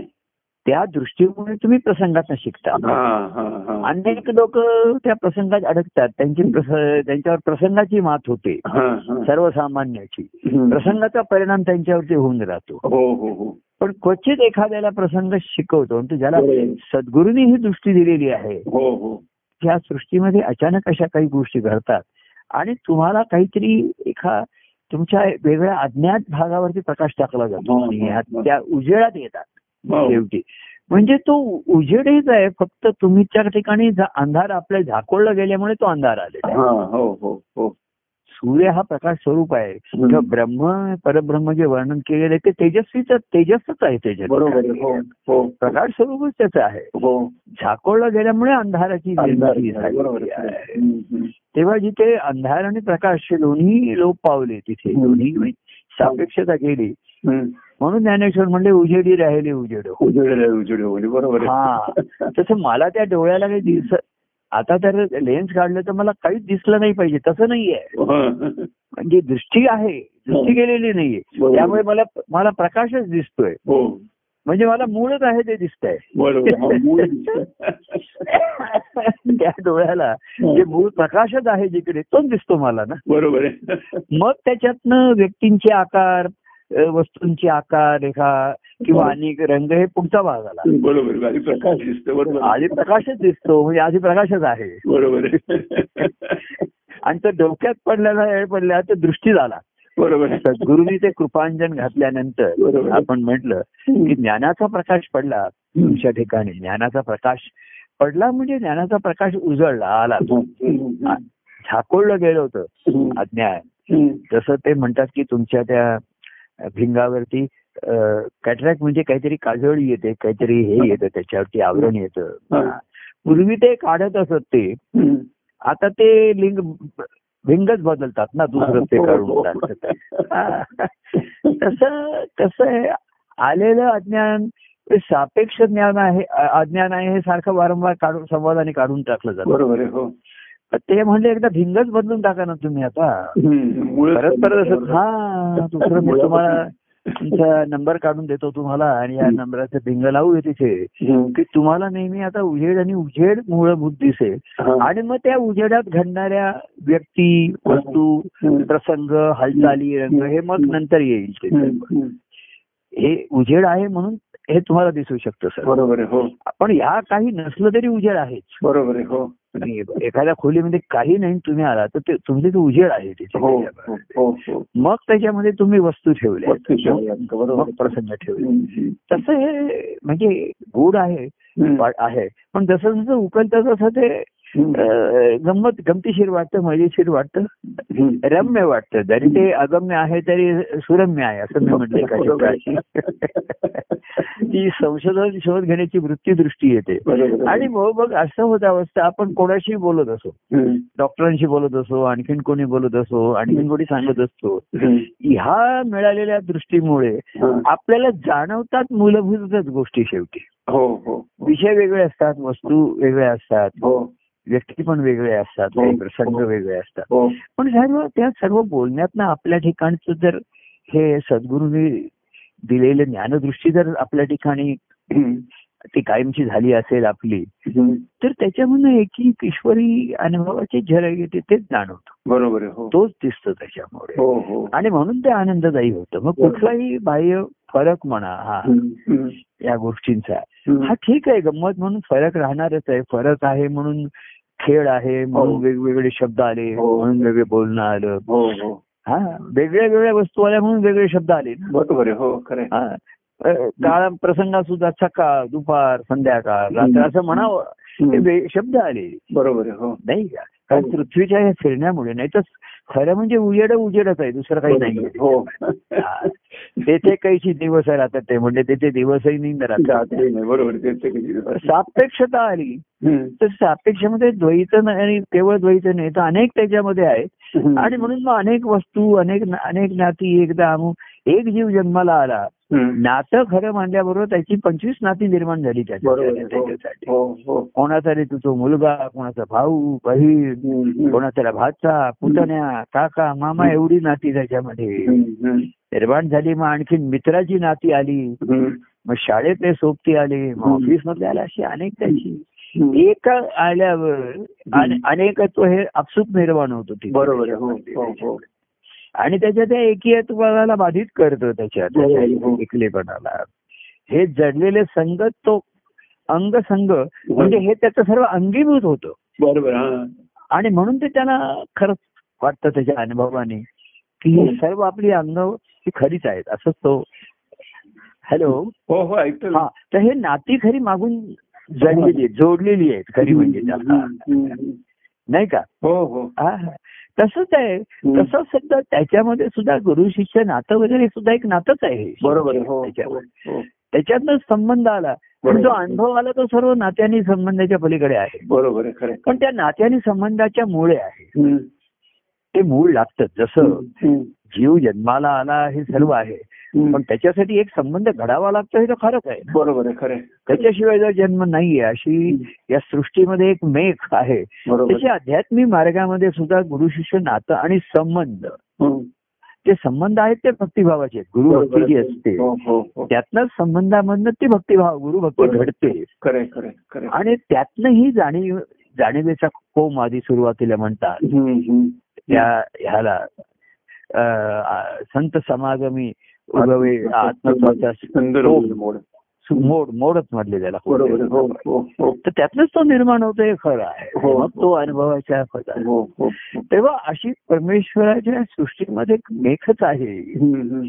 Speaker 2: त्या दृष्टीमुळे तुम्ही प्रसंगात शिकता
Speaker 1: हा हा हा
Speaker 2: अनेक लोक त्या प्रसंगात अडकतात त्यांची प्रस- त्यांच्यावर प्रसंगाची मात होते
Speaker 1: हा, हा.
Speaker 2: सर्वसामान्याची
Speaker 1: हम्म.
Speaker 2: प्रसंगाचा परिणाम त्यांच्यावरती होऊन राहतो
Speaker 1: हो हो हो
Speaker 2: पण क्वचित एखाद्याला प्रसंग शिकवतो आणि तो ज्याला
Speaker 1: बरोबर.
Speaker 2: सद्गुरूने ही दृष्टी दिलेली आहे
Speaker 1: हो हो
Speaker 2: ह्या सृष्टीमध्ये अचानक अशा काही गोष्टी घडतात आणि तुम्हाला काहीतरी एका तुमच्या वेगळ्या अज्ञात भागावरती प्रकाश टाकला जातो
Speaker 1: हो,
Speaker 2: आणि
Speaker 1: हो,
Speaker 2: ह्या-
Speaker 1: हो.
Speaker 2: त्या उजेडात येतात
Speaker 1: हो.
Speaker 2: शेवटी म्हणजे तो उजेडच आहे फक्त तुम्ही त्या ठिकाणी जा- अंधार आपल्या झाकोळला गेल्यामुळे तो अंधार आलेला आहे
Speaker 1: हा हो हो हो
Speaker 2: सूर्य हा प्रकाश स्वरूप आहे तर
Speaker 1: हम्म.
Speaker 2: ब्रह्म परब्रह्म जे वर्णन केलेलं आहे ते तेजस्वीच तेजसच आहे
Speaker 1: बरोबर आहे.
Speaker 2: तेजस
Speaker 1: हो हो
Speaker 2: प्रकाश स्वरूपच त्याचं आहे
Speaker 1: हो
Speaker 2: झाकोळला गेल्यामुळे अंधाराची
Speaker 1: अंधार
Speaker 2: निर्मिती
Speaker 1: आहे. बरोबर
Speaker 2: झालेली
Speaker 1: आहे.
Speaker 2: आहे.
Speaker 1: हम्म, हम्म.
Speaker 2: तेव्हा जिथे अंधार आणि प्रकाश हे दोन्ही लोप पावले तिथे
Speaker 1: हम्म.
Speaker 2: दोन्ही सापेक्षता गेली
Speaker 1: हम्म.
Speaker 2: म्हणून ज्ञानेश्वर म्हणले उजेडी राहिले उजेड हो
Speaker 1: उजेड उजेड होणे बरोबर आहे.
Speaker 2: तसं मला त्या डोळ्याला काही दिस आता तर लेन्स काढलं तर मला काहीच दिसलं नाही पाहिजे तसं नाहीये
Speaker 1: हो.
Speaker 2: म्हणजे दृष्टी आहे दृष्टी
Speaker 1: हो.
Speaker 2: गेलेली नाहीये
Speaker 1: बरोबर.
Speaker 2: त्यामुळे मला मला प्रकाशच दिसतोय
Speaker 1: हो
Speaker 2: म्हणजे मला मूळच आहे ते दिसतंय
Speaker 1: बरोबर हो, हा, मूळ दिसतं.
Speaker 2: त्या डोळ्याला जे मूळ प्रकाशच आहे जिकडे तोच दिसतो मला ना
Speaker 1: बरोबर आहे
Speaker 2: मग त्याच्यातनं व्यक्तींचे आकार अ, वस्तूंचे आकार रेखा किंवा
Speaker 1: हो.
Speaker 2: अनेक रंग हे पुढचा भाग आला
Speaker 1: बरोबर आधी प्रकाश दिसतो बरोबर
Speaker 2: आधी प्रकाशच दिसतो म्हणजे आधी प्रकाशच आहे
Speaker 1: बरोबर आहे.
Speaker 2: आणि तो डोक्यात पडल्याला वेळ पडल्या तर दृष्टी झाला
Speaker 1: बरोबर आहे.
Speaker 2: सद्गुरूंनी ते कृपांजन घातल्यानंतर
Speaker 1: बरोबर.
Speaker 2: आपण म्हटलं की ज्ञानाचा प्रकाश पडला तुमच्या ठिकाणी ज्ञानाचा प्रकाश पडला म्हणजे ज्ञानाचा प्रकाश उजळला आला
Speaker 1: हम्म.
Speaker 2: झाकोळलं गेलं होतं
Speaker 1: हम्म.
Speaker 2: अज्ञान
Speaker 1: हम्म.
Speaker 2: जसं ते म्हणतात की तुमच्या त्या भिंगावरती कॅटरॅक्ट म्हणजे काहीतरी काजळ येते काहीतरी हे येतं त्याच्यावरती आवरण येतं
Speaker 1: हा.
Speaker 2: पूर्वी ते काढत असत ते
Speaker 1: हम्म.
Speaker 2: आता ते लिंग भिंगच बदलतात ना दुसरं ते
Speaker 1: हो, हो.
Speaker 2: काढून टाकतात. हा. तसं कसं आहे आलेलं अज्ञान ते सापेक्ष ज्ञान आहे अ- अज्ञान आहे हे सारखं वारंवार काढून संवादाने काढून टाकलं जातं
Speaker 1: बरोबर आहे हो
Speaker 2: पण ते म्हणले एकदा भिंगच बदलून टाका ना तुम्ही आता
Speaker 1: हम्म. मूळ
Speaker 2: परत परत असं हा दुसरं मी तुम्हाला तुमचा नंबर काढून देतो तुम्हाला आणि या नंबराचं भिंग लावू तिथे
Speaker 1: हम्म.
Speaker 2: की तुम्हाला नेहमी आता उजेड आणि उजेड मूळभूत दिसेल
Speaker 1: हा.
Speaker 2: आणि मग त्या उजेडात घडणाऱ्या व्यक्ती वस्तू
Speaker 1: हम्म.
Speaker 2: प्रसंग हालचाली रंग हे मग नंतर येईल ते
Speaker 1: हम्म.
Speaker 2: सर्व.
Speaker 1: हम्म.
Speaker 2: हे उजेड आहे म्हणून हे तुम्हाला दिसू शकतं सर
Speaker 1: बरोबर आहे हो
Speaker 2: पण ह्या काही नसलं तरी उजेड आहेच
Speaker 1: बरोबर आहे हो
Speaker 2: तुम्ही एखाद्या खोलीमध्ये काही नाही तुम्ही आला तर ते तुमचे ते उजेड आहे तिथे
Speaker 1: हो हो हो हो
Speaker 2: मग त्याच्यामध्ये तुम्ही वस्तू ठेवल्या
Speaker 1: वस्तू ठेवल्या. बरोबर
Speaker 2: मग
Speaker 1: आहे.
Speaker 2: प्रसंग ठेवले
Speaker 1: हम्म.
Speaker 2: तसं हे म्हणजे गोड आहे
Speaker 1: हम्म.
Speaker 2: वा- आहे पण जसं जसं उकल तसं तसं ते
Speaker 1: हम्म.
Speaker 2: अं, गंमत गमतीशीर वाटतं मजेशीर वाटतं
Speaker 1: हम्म.
Speaker 2: रम्य वाटतं जरी ते अगम्य आहे तरी सुरम्य आहे असं मी म्हटलं एका
Speaker 1: बरोबर आहे.
Speaker 2: शब्दाशी. ती संशोधन शोध घेण्याची वृत्तीदृष्टी येते
Speaker 1: बरोबर आहे.
Speaker 2: आणि मग मग असं होत अवस्था आपण कोणाशी बोलत असो
Speaker 1: हम्म.
Speaker 2: डॉक्टरांशी बोलत असो आणखीन कोणी बोलत असो आणखीन कोणी सांगत असतो
Speaker 1: हम्म.
Speaker 2: ह्या मिळालेल्या दृष्टीमुळे
Speaker 1: हा.
Speaker 2: आपल्याला जाणवतात मूलभूतच गोष्टी शेवटी
Speaker 1: हो हो हो.
Speaker 2: विषय वेगळे असतात वस्तू वेगळ्या असतात
Speaker 1: हो
Speaker 2: व्यक्ती पण वेगळे असतात
Speaker 1: हो.
Speaker 2: काही प्रसंग वेगळे असतात
Speaker 1: हो
Speaker 2: पण सर्व त्या सर्व बोलण्यातनं आपल्या ठिकाणचं जर हे सद्गुरूंनी दिलेलं ज्ञानदृष्टी जर आपल्या ठिकाणी
Speaker 1: हम्म.
Speaker 2: ती कायमची झाली असेल आपली
Speaker 1: हम्म.
Speaker 2: तर त्याच्यामधनं एकी ईश्वरी अनुभवाची झलक येते तेच जाणवतो
Speaker 1: बरोबर आहे हो
Speaker 2: तोच दिसतो त्याच्यामुळे
Speaker 1: हो हो
Speaker 2: आणि म्हणून ते आनंददायी होतं मग
Speaker 1: बरोबर.
Speaker 2: कुठलाही बाह्य फरक म्हणा हा
Speaker 1: हम्म. हम्म.
Speaker 2: या गोष्टींचा
Speaker 1: हम्म.
Speaker 2: हा ठीक आहे गंमत म्हणून फरक राहणारच आहे फरक आहे म्हणून खेळ आहे
Speaker 1: हो.
Speaker 2: म्हणून वेगवेगळे शब्द आले
Speaker 1: हो.
Speaker 2: म्हणून वेगळे बोलणं आलं
Speaker 1: हो हो
Speaker 2: हा वेगळ्या वेगळ्या वस्तू आल्या म्हणून वेगळे शब्द आले ना
Speaker 1: बरोबर आहे हो खरं आहे.
Speaker 2: हा. अ, काळ प्रसंगात सुद्धा सकाळ दुपार संध्याकाळ रात्र असं म्हणावं हे
Speaker 1: हम्म.
Speaker 2: वे- शब्द आले
Speaker 1: बरोबर आहे हो
Speaker 2: नाही का कारण
Speaker 1: हो.
Speaker 2: पृथ्वीच्या या फिरण्यामुळे नाही तर खरं म्हणजे उजेड उजेडच आहे दुसरं काही नाहीये
Speaker 1: हो
Speaker 2: हा. तेथे कैची दिवस आहे राहतात ते म्हणजे तेथे दिवसही निंद राहतात
Speaker 1: जाते नाही बरोबर आहे. तेच ते किती दिवस.
Speaker 2: सापेक्षता आली
Speaker 1: हम्म.
Speaker 2: तर सापेक्षमध्ये द्वैत नाही आणि केवळ द्वैत नाही तर अनेक त्याच्यामध्ये आहे
Speaker 1: हम्म.
Speaker 2: आणि म्हणून मग अनेक वस्तू अनेक अनेक नाती एकदा अमुक एक जीव जन्माला आला
Speaker 1: हम्म.
Speaker 2: नातं खरं मानल्याबरोबर त्याची पंचवीस नाती निर्माण झाली त्याच्या-
Speaker 1: बरोबर आहे. हो.
Speaker 2: त्याच्यासाठी
Speaker 1: हो हो
Speaker 2: कोणाचा रे तुझा मुलगा कोणाचा भाऊ बहीण
Speaker 1: हम्म. हम्म.
Speaker 2: कोणाचा भाचा पुतण्या काका मामा एवढी नाती त्याच्यामध्ये
Speaker 1: हम्म. हम्म.
Speaker 2: निर्माण झाली मग आणखीन मित्राची नाती आली
Speaker 1: हम्म.
Speaker 2: मग शाळेतले सोबती आले मग
Speaker 1: हम्म.
Speaker 2: ऑफिस मधले आले अशी अनेक त्याची
Speaker 1: हम्म.
Speaker 2: एक आल्यावर अने- अनेकत्व हे आपसूक निर्माण होतो तिथे.
Speaker 1: बरोबर आहे. हो हो हो
Speaker 2: आणि त्याच्या त्या एकीत्वाला बाधित करतो त्याच्या
Speaker 1: बरोबर आहे.
Speaker 2: त्याच्या
Speaker 1: हो.
Speaker 2: एकलेपणाला हे जडलेले संग तो अंग संग म्हणजे हे त्याचं सर्व अंगीभूत होतं
Speaker 1: बरोबर हा
Speaker 2: आणि म्हणून ते त्यांना खरंच वाटतं त्याच्या अनुभवाने की
Speaker 1: हो.
Speaker 2: ही सर्व आपली अंग ही खरीच आहेत असंच तो हॅलो
Speaker 1: हो हो ऐकतो ना.
Speaker 2: हा तर हे नाती खरी मागून जडलेली आहेत जोडलेली आहेत खरी म्हणजे त्याला
Speaker 1: हम्म. हम्म.
Speaker 2: नाही का
Speaker 1: हो हो
Speaker 2: हा. तसंच आहे
Speaker 1: हम्म.
Speaker 2: तसंच सुद्धा त्याच्यामध्ये सुद्धा गुरु शिष्य नातं वगैरे सुद्धा एक नातंच आहे
Speaker 1: बरोबर आहे. हो, हो,
Speaker 2: त्याच्यावर.
Speaker 1: हो.
Speaker 2: त्याच्यातनं संबंध आला पण जो अनुभव आला तो सर्व नात्यानी संबंधाच्या पलीकडे आहे
Speaker 1: बरोबर आहे खरं आहे.
Speaker 2: पण त्या नात्यानी संबंधाच्या मुळे आहे
Speaker 1: हम्म.
Speaker 2: ते मूळ लागतं जसं
Speaker 1: हम्म.
Speaker 2: जीव जन्माला आला हे सर्व आहे
Speaker 1: हम्म.
Speaker 2: पण त्याच्यासाठी एक संबंध घडावा लागतो हे तर खरंच आहे ना
Speaker 1: बरोबर आहे खरं आहे.
Speaker 2: त्याच्याशिवाय जर जन्म नाहीये अशी या सृष्टीमध्ये एक मेघ आहे
Speaker 1: बरोबर
Speaker 2: त्याच्या आध्यात्मिक मार्गामध्ये सुद्धा गुरु शिष्य नातं आणि संबंध
Speaker 1: हम्म.
Speaker 2: ते संबंध आहेत ते भक्तिभावाचे आहेत. गुरु
Speaker 1: बरोबर
Speaker 2: भक्ती जी
Speaker 1: आहे.
Speaker 2: असते
Speaker 1: हो, हो, हो.
Speaker 2: त्यातनंच संबंधामधनं ती भक्तिभाव गुरु भक्ती
Speaker 1: बरोबर.
Speaker 2: घडते
Speaker 1: खरं आहे, खरं आहे, खरं आहे.
Speaker 2: आणि त्यातनं ही जाणीव जाणीवेचा कोम आधी सुरुवातीला म्हणतात
Speaker 1: हम्म, हम्म.
Speaker 2: त्या ह्याला अ, आ, संत समागमी उगवे आत्मस्वाचा
Speaker 1: सुंदर
Speaker 2: हो.
Speaker 1: मोड
Speaker 2: मोड मोडच म्हटले त्याला
Speaker 1: बरोबर आहे. हो हो हो
Speaker 2: तर त्यातनंच तो निर्माण होतो हे खरं आहे
Speaker 1: हो.
Speaker 2: मग तो अनुभवाच्या फळात.
Speaker 1: हो हो
Speaker 2: तेव्हा अशी परमेश्वराच्या सृष्टीमध्ये एक मेखच आहे
Speaker 1: हम्म, हम्म.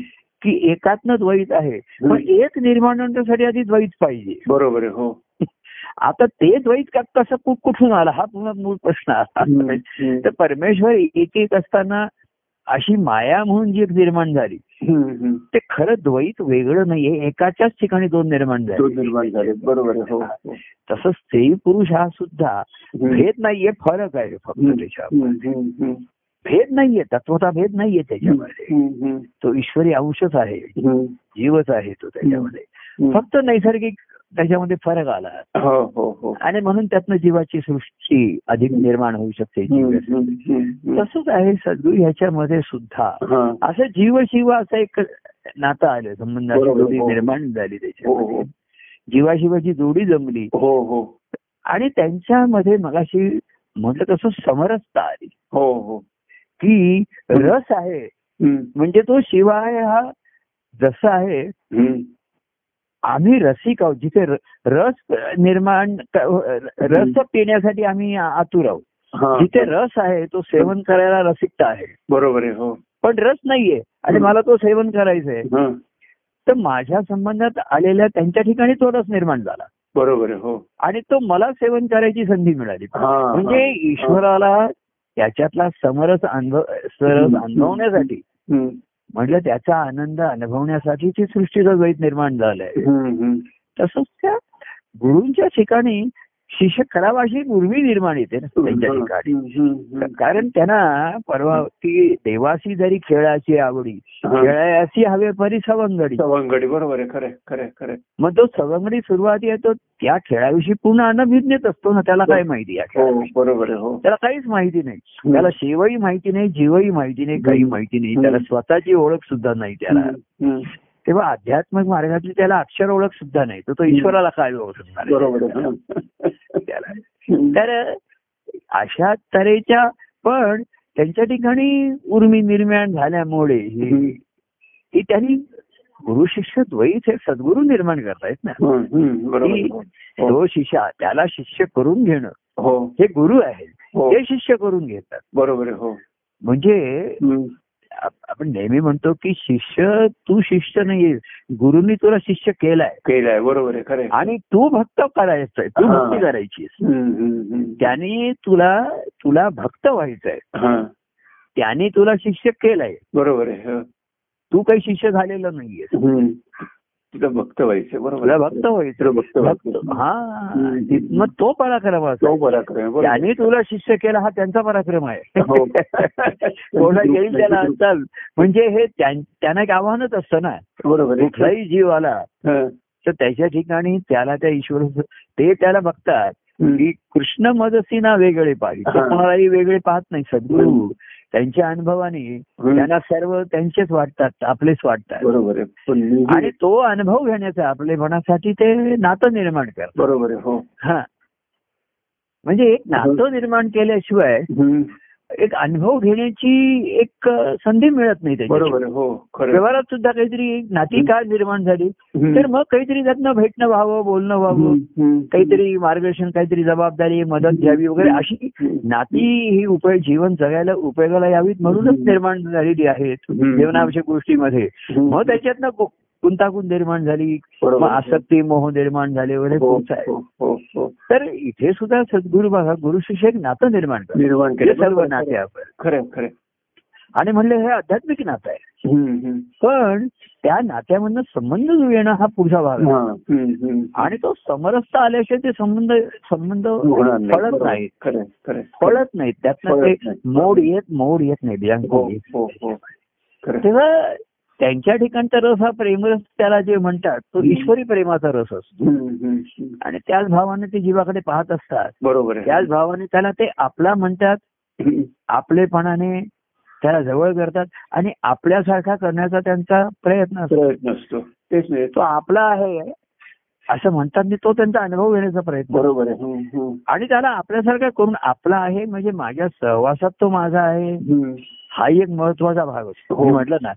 Speaker 2: की एकातनं द्वैत आहे पण एक निर्माण होण्यासाठी आधी द्वैत पाहिजे
Speaker 1: बरोबर आहे हो
Speaker 2: आता ते द्वैत का कसं कु- कुठून आला हा पुन्हा मूळ प्रश्न आला
Speaker 1: हम्म, हम्म.
Speaker 2: तर परमेश्वर एक एक असताना अशी माया म्हणून जी निर्माण झाली
Speaker 1: हम्म, हम्म.
Speaker 2: ते खरं द्वैत वेगळं नाहीये एकाच्याच ठिकाणी दोन निर्माण
Speaker 1: तो
Speaker 2: झाले
Speaker 1: निर्माण झाले बरोबर आहे हो हो.
Speaker 2: तसंच स्त्री पुरुष हा सुद्धा
Speaker 1: हम्म.
Speaker 2: भेद नाहीये फरक आहे फक्त
Speaker 1: हम्म.
Speaker 2: त्याच्या
Speaker 1: हम्म, हम्म, हम्म.
Speaker 2: भेद नाहीये तत्वता भेद नाहीये त्याच्यामध्ये
Speaker 1: हम्म, हम्म,
Speaker 2: तो ईश्वरी अंशच आहे
Speaker 1: हम्म.
Speaker 2: जीवच आहे तो त्याच्यामध्ये
Speaker 1: हम्म.
Speaker 2: फक्त नैसर्गिक त्याच्यामध्ये फरक आला
Speaker 1: हो हो हो
Speaker 2: आणि म्हणून त्यातनं जीवाची सृष्टी अधिक निर्माण होऊ शकते जीव
Speaker 1: हम्म, हम्म, हम्म.
Speaker 2: तसंच आहे सद्गुरू ह्याच्यामध्ये सुद्धा
Speaker 1: हा.
Speaker 2: असं जीव शिव असं एक नातं आलं संबंधाची
Speaker 1: बरोबर,
Speaker 2: जोडी
Speaker 1: हो.
Speaker 2: निर्माण झाली
Speaker 1: हो हो
Speaker 2: त्याच्यामध्ये जीवाशिवाची जोडी जमली
Speaker 1: हो हो
Speaker 2: आणि त्यांच्यामध्ये मगाशी म्हटलं तसं समरसता आली
Speaker 1: हो हो
Speaker 2: की रस आहे
Speaker 1: हम्म,
Speaker 2: म्हणजे तो शिवाय हा जसा आहे
Speaker 1: हम्म.
Speaker 2: आम्ही रसिक आहोत जिथे र- रस निर्माण क- रस पिण्यासाठी आम्ही आ- आतुर आहोत
Speaker 1: हा.
Speaker 2: जिथे रस आहे तो सेवन करायला रसिकता आहे
Speaker 1: बरोबर आहे हो
Speaker 2: पण रस नाहीये आणि
Speaker 1: हम्म.
Speaker 2: मला तो सेवन करायचं आहे
Speaker 1: हा.
Speaker 2: तर माझ्या संबंधात आलेल्या त्यांच्या ठिकाणी तो रस निर्माण झाला
Speaker 1: बरोबर आहे हो
Speaker 2: आणि तो मला सेवन करायची संधी मिळाली
Speaker 1: हा, हा.
Speaker 2: म्हणजे ईश्वराला त्याच्यातला समरस अनुभव सरस
Speaker 1: हम्म.
Speaker 2: अनुभवण्यासाठी
Speaker 1: हम्म,
Speaker 2: म्हटलं त्याचा आनंद अनुभवण्यासाठी ती सृष्टीचं द्वैत निर्माण झालंय
Speaker 1: हम्म, हम्म.
Speaker 2: तसंच त्या गुरुंच्या ठिकाणी शिष्य करावा अशी एक उर्मी निर्माण येते ना त्यांच्या ठिकाणी
Speaker 1: हम्म, हम्म, हम्म.
Speaker 2: कारण त्यांना परवा ती देवासी जरी खेळाची आवडी
Speaker 1: हा.
Speaker 2: खेळायासी हवे परी सवंगडी
Speaker 1: सवंगडी बरोबर आहे खरे खरे खरे
Speaker 2: मग तो सवंगडी सुरुवाती आहे तो त्या खेळाविषयी पूर्ण अनभिज्ञत असतो ना त्याला काय माहिती या
Speaker 1: हो
Speaker 2: खेळाविषयी
Speaker 1: बरोबर आहे हो
Speaker 2: त्याला काहीच माहिती नाही
Speaker 1: हम्म.
Speaker 2: त्याला शिवही माहिती नाही जीवही माहिती नाही काही माहिती नाही त्याला
Speaker 1: हम्म.
Speaker 2: स्वतःची ओळख सुद्धा नाही त्याला
Speaker 1: हम्म,
Speaker 2: तेव्हा आध्यात्मिक मार्गातली त्याला अक्षर ओळख सुद्धा नाही तर तो
Speaker 1: हम्म.
Speaker 2: ईश्वराला काय ओळखणार आहे?
Speaker 1: बरोबर आहे हा.
Speaker 2: त्याला तर अशा तऱ्हेच्या पण त्यांच्या ठिकाणी उर्मी निर्माण झाल्यामुळे ही
Speaker 1: हम्म,
Speaker 2: ही त्यांनी गुरु शिष्य द्वैत हे सद्गुरू निर्माण करतायत ना
Speaker 1: हम्म, हम्म, बरोबर आहे. हो.
Speaker 2: तो शिष्य त्याला शिष्य करून घेणं
Speaker 1: हो
Speaker 2: हे गुरु आहेत
Speaker 1: हो
Speaker 2: ते शिष्य करून घेतात
Speaker 1: बरोबर आहे हो
Speaker 2: म्हणजे
Speaker 1: हम्म,
Speaker 2: आप- आपण नेहमी म्हणतो की शिष्य तू शिष्य नाहीये गुरुनी तुला शिष्य केलाय
Speaker 1: केलं आहे बरोबर आहे खरे
Speaker 2: आणि तू भक्त करायचंय तू
Speaker 1: हा.
Speaker 2: भक्ती करायची त्याने तुला तुला भक्त व्हायचंय त्याने तुला शिष्य केलंय
Speaker 1: बरोबर आहे हो.
Speaker 2: तू काही शिष्य झालेलं नाहीये
Speaker 1: हम्म. तिथं भक्त व्हायचं बरोबर
Speaker 2: तुला
Speaker 1: आहे.
Speaker 2: भक्त
Speaker 1: तिथं
Speaker 2: व्हायचं
Speaker 1: भक्त
Speaker 2: भक्त
Speaker 1: व्हायचं.
Speaker 2: हा
Speaker 1: हम्म.
Speaker 2: मग तो पराक्रम
Speaker 1: तो
Speaker 2: असा
Speaker 1: पराक्रम आहे, बरोबर
Speaker 2: त्याने तुला शिष्य केला हा त्यांचा पराक्रम
Speaker 1: हो.
Speaker 2: आहे कोणा येईल त्याला अंदाज म्हणजे हे त्यां- त्यांना एक आव्हानच असतं ना
Speaker 1: बरोबर आहे.
Speaker 2: कुठलाही जीव आला
Speaker 1: हा.
Speaker 2: तर त्याच्या ठिकाणी त्याला त्या ईश्वर ते त्याला बघतात की कृष्ण मदसी ना वेगळे पाहिजे
Speaker 1: हा.
Speaker 2: कोणालाही वेगळे पाहत नाही सद्गुरू
Speaker 1: हम्म.
Speaker 2: त्यांच्या अनुभवाने
Speaker 1: हम्म.
Speaker 2: त्यांना सर्व त्यांचेच वाटतात आपलेच वाटतात
Speaker 1: बरोबर आहे पण मी-
Speaker 2: आणि तो अनुभव घेण्याचा आपले मनासाठी ते नातं निर्माण करतात
Speaker 1: बरोबर आहे हो
Speaker 2: हा म्हणजे एक नातं निर्माण केल्याशिवाय
Speaker 1: हम्म.
Speaker 2: एक अनुभव घेण्याची एक अ, संधी मिळत नाही त्याची
Speaker 1: बरोबर आहे हो खरं आहे.
Speaker 2: व्यवहारात सुद्धा काहीतरी एक नाती का निर्माण झाली
Speaker 1: हम्म.
Speaker 2: तर मग काहीतरी त्यातनं भेटणं व्हावं बोलणं व्हावं
Speaker 1: हम्म. हम्म.
Speaker 2: काहीतरी मार्गदर्शन काहीतरी जबाबदारी मदत घ्यावी वगैरे अशी
Speaker 1: हम्म.
Speaker 2: नाती ही उपयोग जीवन जगायला उपयोगाला यावीत म्हणूनच
Speaker 1: हम्म.
Speaker 2: निर्माण झालेली आहेत
Speaker 1: हम्म.
Speaker 2: जीवनावश्यक गोष्टीमध्ये
Speaker 1: हम्म.
Speaker 2: मग त्याच्यातनं को- गुंतागुंत निर्माण झाली
Speaker 1: बरोबर.
Speaker 2: मग आसक्ती मोह निर्माण झाले वगैरे
Speaker 1: हो,
Speaker 2: खूप आहे
Speaker 1: हो, हो, हो.
Speaker 2: तर इथे सुद्धा सद्गुरु बघा गुरु शिष्य एक नातं निर्माण करतात
Speaker 1: निर्माण
Speaker 2: हे
Speaker 1: केलं
Speaker 2: सर्व नाते आपण
Speaker 1: खरं खरं
Speaker 2: आणि म्हणले हे आध्यात्मिक नातं आहे
Speaker 1: हम्म, हम्म.
Speaker 2: पण त्या नात्यामधनं संबंध जो येणं हा पुढचा भाग आहे.
Speaker 1: हा, हम्म, हम्म.
Speaker 2: आणि तो समरसता आल्याशिवाय ते संबंध संबंध
Speaker 1: होणार नाही.
Speaker 2: फळत
Speaker 1: बरोबर.
Speaker 2: नाहीत
Speaker 1: खरं खरं
Speaker 2: फळत नाहीत त्यातनं
Speaker 1: फळत
Speaker 2: ते
Speaker 1: नाही.
Speaker 2: मोड येत मोड येत नाही
Speaker 1: हो
Speaker 2: बियांकुली
Speaker 1: हो हो खरं
Speaker 2: तेव्हा त्यांच्या ठिकाणचा रस हा प्रेमरस त्याला जे म्हणतात तो
Speaker 1: हम्म.
Speaker 2: ईश्वरी प्रेमाचा रस असतो
Speaker 1: हम्म, हम्म, हम्म.
Speaker 2: आणि त्याच भावाने ते जीवाकडे पाहत असतात
Speaker 1: बरोबर आहे
Speaker 2: त्याच भावाने त्याला ते आपला म्हणतात
Speaker 1: हम्म.
Speaker 2: आपलेपणाने त्याला जवळ करतात आणि आपल्यासारखा करण्याचा त्यांचा प्रयत्न असतो
Speaker 1: प्रयत्न असतो तेच नाही
Speaker 2: तो आपला आहे असं म्हणतात आणि तो त्यांचा अनुभव घेण्याचा प्रयत्न असतो.
Speaker 1: बरोबर आहे हम्म, हम्म.
Speaker 2: आणि त्याला आपल्यासारखा करून आपला आहे म्हणजे माझ्या सहवासात तो माझा आहे
Speaker 1: हम्म.
Speaker 2: हा एक महत्वाचा भाग असतो
Speaker 1: हो.
Speaker 2: मी म्हटलं ना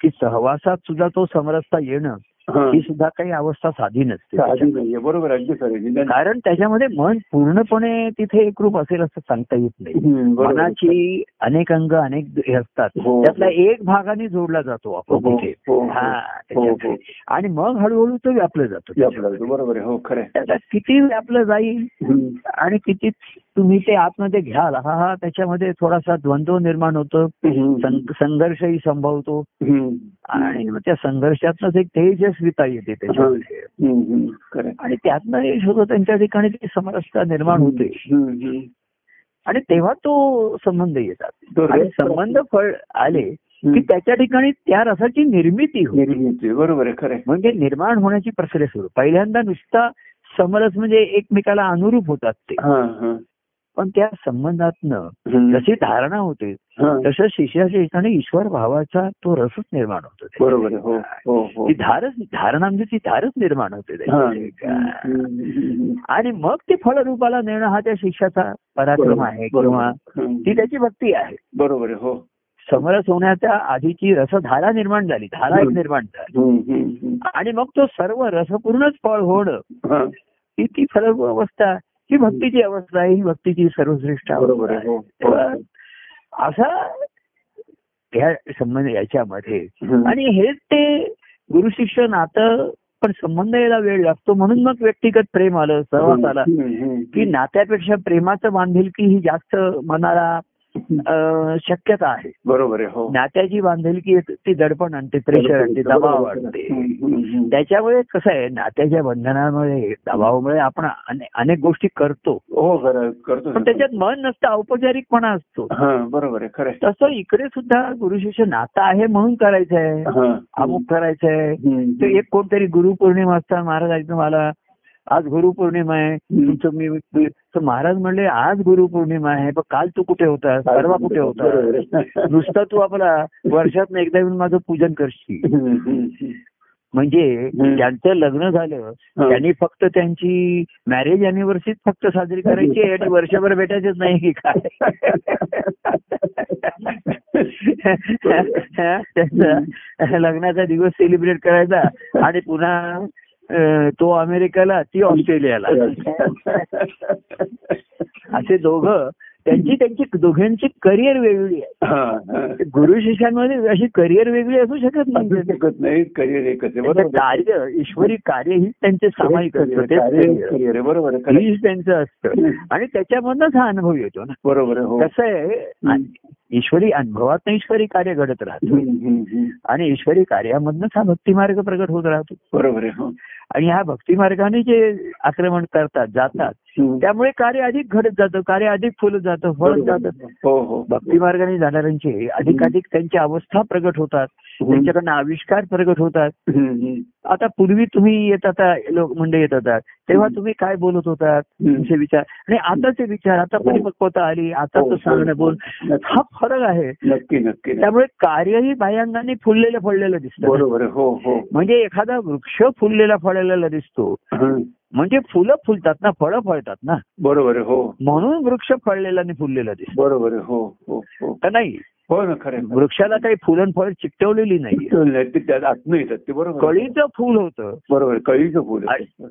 Speaker 2: की सहवासात सुद्धा तो समरसता येणं
Speaker 1: हा.
Speaker 2: ही सुद्धा काही अवस्था साधी नसते
Speaker 1: साधी नाहीये बरोबर अगदी खरं निदान
Speaker 2: कारण त्याच्यामध्ये मन पूर्णपणे तिथे एकरूप असेल असं सांगता येत नाही
Speaker 1: हम्म, बरोबर.
Speaker 2: मनाची अनेक अंग अनेक हे असतात
Speaker 1: हो.
Speaker 2: त्यातला एक भागाने जोडला जातो आपण
Speaker 1: हो,
Speaker 2: तिथे
Speaker 1: हो, हो.
Speaker 2: हा
Speaker 1: हो, हो.
Speaker 2: त्याच्यामध्ये. आणि मग हळूहळू तो व्यापला जातो
Speaker 1: या आपल्याला. बरोबर आहे हो खरं आहे.
Speaker 2: त्याचा किती व्यापलं जाईल
Speaker 1: हम्म.
Speaker 2: आणि किती तुम्ही ते आतमध्ये घ्याल हा हा त्याच्यामध्ये थोडासा द्वंद्व निर्माण होतो
Speaker 1: हम्म.
Speaker 2: सं- संघर्षही संभवतो
Speaker 1: हम्म.
Speaker 2: आणि मग त्या संघर्षातनंच एक तेजस्विता येते त्याच्यामध्ये
Speaker 1: हम्म, हम्म. खरं आहे.
Speaker 2: आणि त्यातनं हे शोध त्यांच्या ठिकाणी ती समरसता निर्माण होते
Speaker 1: हो. हम्म, हम्म.
Speaker 2: आणि तेव्हा तो संबंध येतात
Speaker 1: तो
Speaker 2: आणि
Speaker 1: रस-
Speaker 2: संबंध फळ आले की
Speaker 1: हम्म.
Speaker 2: त्याच्या ठिकाणी त्या रसाची निर्मिती होते
Speaker 1: निर्मिती. बरोबर आहे खरं आहे.
Speaker 2: म्हणजे निर्माण होण्याची प्रक्रिया सुरू पहिल्यांदा नुसता समरस म्हणजे एकमेकाला अनुरूप होतात ते
Speaker 1: हा, हा.
Speaker 2: पण त्या संबंधातनं
Speaker 1: हम्म.
Speaker 2: जशी धारणा होते
Speaker 1: हा.
Speaker 2: तसं शिष्याच्या ठिकाणी ईश्वर भावाचा तो रसच निर्माण होतो
Speaker 1: बरोबर आहे. हो हो हो
Speaker 2: ती धारच धारणा म्हणजे ती धारच निर्माण होते
Speaker 1: हा.
Speaker 2: त्याच्यामध्ये. का?
Speaker 1: हम्म.
Speaker 2: आणि मग ते फळरूपाला नेणं हा त्या शिष्याचा पराक्रम आहे किंवा ती
Speaker 1: बरोबर
Speaker 2: त्याची भक्ती आहे
Speaker 1: बरोबर आहे हो
Speaker 2: समरस होण्याच्या आधीची रसधारा निर्माण झाली धारा एक
Speaker 1: हं.
Speaker 2: निर्माण झाली
Speaker 1: हम्म, हम्म, हम्म.
Speaker 2: आणि मग तो सर्व रसपूर्णच फळ होणं
Speaker 1: हा,
Speaker 2: ही ती फळ अवस्था ही भक्तीची अवस्था आहे ही भक्तीची सर्वश्रेष्ठ
Speaker 1: बरोबर आहे
Speaker 2: अवस्था आहे
Speaker 1: हो
Speaker 2: तेव्हा असा ह्या संबंध याच्यामध्ये
Speaker 1: हम्म.
Speaker 2: आणि हेच ते गुरु शिष्य नातं पण संबंध यायला वेळ लागतो म्हणून मग व्यक्तिगत प्रेम आलं सहवास आला
Speaker 1: हम्म, हम्म.
Speaker 2: की नात्यापेक्षा प्रेमाचं बांधिलकी ही जास्त मनाला अं, शक्यता आहे
Speaker 1: बरोबर आहे हो
Speaker 2: नात्याची बांधिलकी एक ती दडपण आणते प्रेशर आणते दबाव आणते
Speaker 1: हम्म, हम्म.
Speaker 2: त्याच्यामुळे कसं आहे नात्याच्या बंधनामुळे दबावामुळे आपण अने- अनेक गोष्टी करतो
Speaker 1: हो खरं करतो
Speaker 2: पण त्याच्यात मन नसतं औपचारिकपणा असतो
Speaker 1: हा बरोबर आहे खरं आहे.
Speaker 2: तसं इकडे सुद्धा गुरु शिष्य नातं आहे म्हणून करायचं आहे
Speaker 1: हा.
Speaker 2: अमुक करायचं आहे
Speaker 1: हम्म,
Speaker 2: ते एक कोणतरी गुरुपौर्णिमा असतात महाराज ऐकतो मला आज गुरुपौर्णिमा आहे
Speaker 1: हम्म.
Speaker 2: तुमचं मी मी- तर महाराज म्हणले आज गुरुपौर्णिमा आहे पण काल तू कुठे होतास परवा कुठे होता
Speaker 1: बरोबर आहे.
Speaker 2: नुसतं तू आपला वर्षात एकदा येऊन माझं पूजन करशील
Speaker 1: हम्म, हम्म, हम्म.
Speaker 2: म्हणजे
Speaker 1: हम्म.
Speaker 2: ज्यांचं लग्न झालं
Speaker 1: हा.
Speaker 2: त्यांनी फक्त त्यांची मॅरेज अनिव्हर्सरी फक्त साजरी करायची आहे आणि वर्षभर भेटायचेच नाही की काय त्यांचा लग्नाचा दिवस सेलिब्रेट करायचा आणि पुन्हा अं, तो अमेरिकेला ती ऑस्ट्रेलियाला असे दोघं त्यांची त्यांची दोघांची करिअर वेगळी आहे
Speaker 1: हा, हा.
Speaker 2: गुरु शिष्यांमध्ये अशी करिअर वेगळी असू शकत
Speaker 1: असू
Speaker 2: नाही
Speaker 1: शकत नाही करिअर एकच आहे
Speaker 2: त्यांचं
Speaker 1: बरोबर आहे.
Speaker 2: कार्य ईश्वरी कार्य ही त्यांचे सामायिक असतं
Speaker 1: कार्य-
Speaker 2: तेच
Speaker 1: कार्य-
Speaker 2: कार्य.
Speaker 1: करिअर आहे. बरोबर आहे खरं आहे.
Speaker 2: हेच त्यांचं असतं आणि त्याच्यामधनच हा अनुभव येतो ना
Speaker 1: बरोबर आहे हो
Speaker 2: कसं आहे ईश्वरी अनुभवात ईश्वरी कार्य घडत राहतं
Speaker 1: हम्म, हम्म, हम्म.
Speaker 2: आणि ईश्वरी कार्यामधनच हा भक्तिमार्ग प्रगट होत राहतो
Speaker 1: बरोबर आहे हो
Speaker 2: आणि ह्या भक्तिमार्गाने जे आक्रमण करतात जातात
Speaker 1: हम्म.
Speaker 2: त्यामुळे कार्य अधिक घडत जातं कार्य अधिक फुलत जातं फळत
Speaker 1: बरोबर.
Speaker 2: जातं
Speaker 1: हो हो
Speaker 2: भक्तिमार्गाने जाणाऱ्यांचे अधिकाधिक त्यांची अवस्था प्रगट होतात
Speaker 1: हम्म.
Speaker 2: त्यांच्याकडनं आविष्कार प्रगट होतात
Speaker 1: हम्म, हम्म.
Speaker 2: आता पूर्वी तुम्ही येत आता लोक म्हणजे येत होतात तेव्हा
Speaker 1: हं.
Speaker 2: तुम्ही काय बोलत होतात
Speaker 1: हं.
Speaker 2: तुमचे विचार आणि आताचे विचार आता
Speaker 1: हो.
Speaker 2: परिपक्वता आली आता
Speaker 1: हो,
Speaker 2: तो सांगणं
Speaker 1: हो.
Speaker 2: बोल
Speaker 1: नक्की
Speaker 2: हा फरक आहे
Speaker 1: नक्की नक्की
Speaker 2: त्यामुळे कार्यही बाह्यांगाने फुललेलं फळलेलं दिसतं
Speaker 1: बरोबर आहे. हो हो
Speaker 2: म्हणजे एखादा वृक्ष फुललेला फळलेला दिसतो
Speaker 1: हं.
Speaker 2: म्हणजे फुलं फुलतात ना फळं फळतात ना
Speaker 1: बरोबर आहे. हो
Speaker 2: म्हणून वृक्ष फळलेला आणि फुललेला दिसतो
Speaker 1: बरोबर आहे. हो हो हो
Speaker 2: का नाही
Speaker 1: हो ना खरं आहे.
Speaker 2: वृक्षाला काही फुलं फळ चिकटवलेली नाही
Speaker 1: नाही, ते त्यात आत नाही येतात ते बरोबर आहे.
Speaker 2: कळीचं फुल होतं
Speaker 1: बरोबर आहे. कळीचं फुल आहे.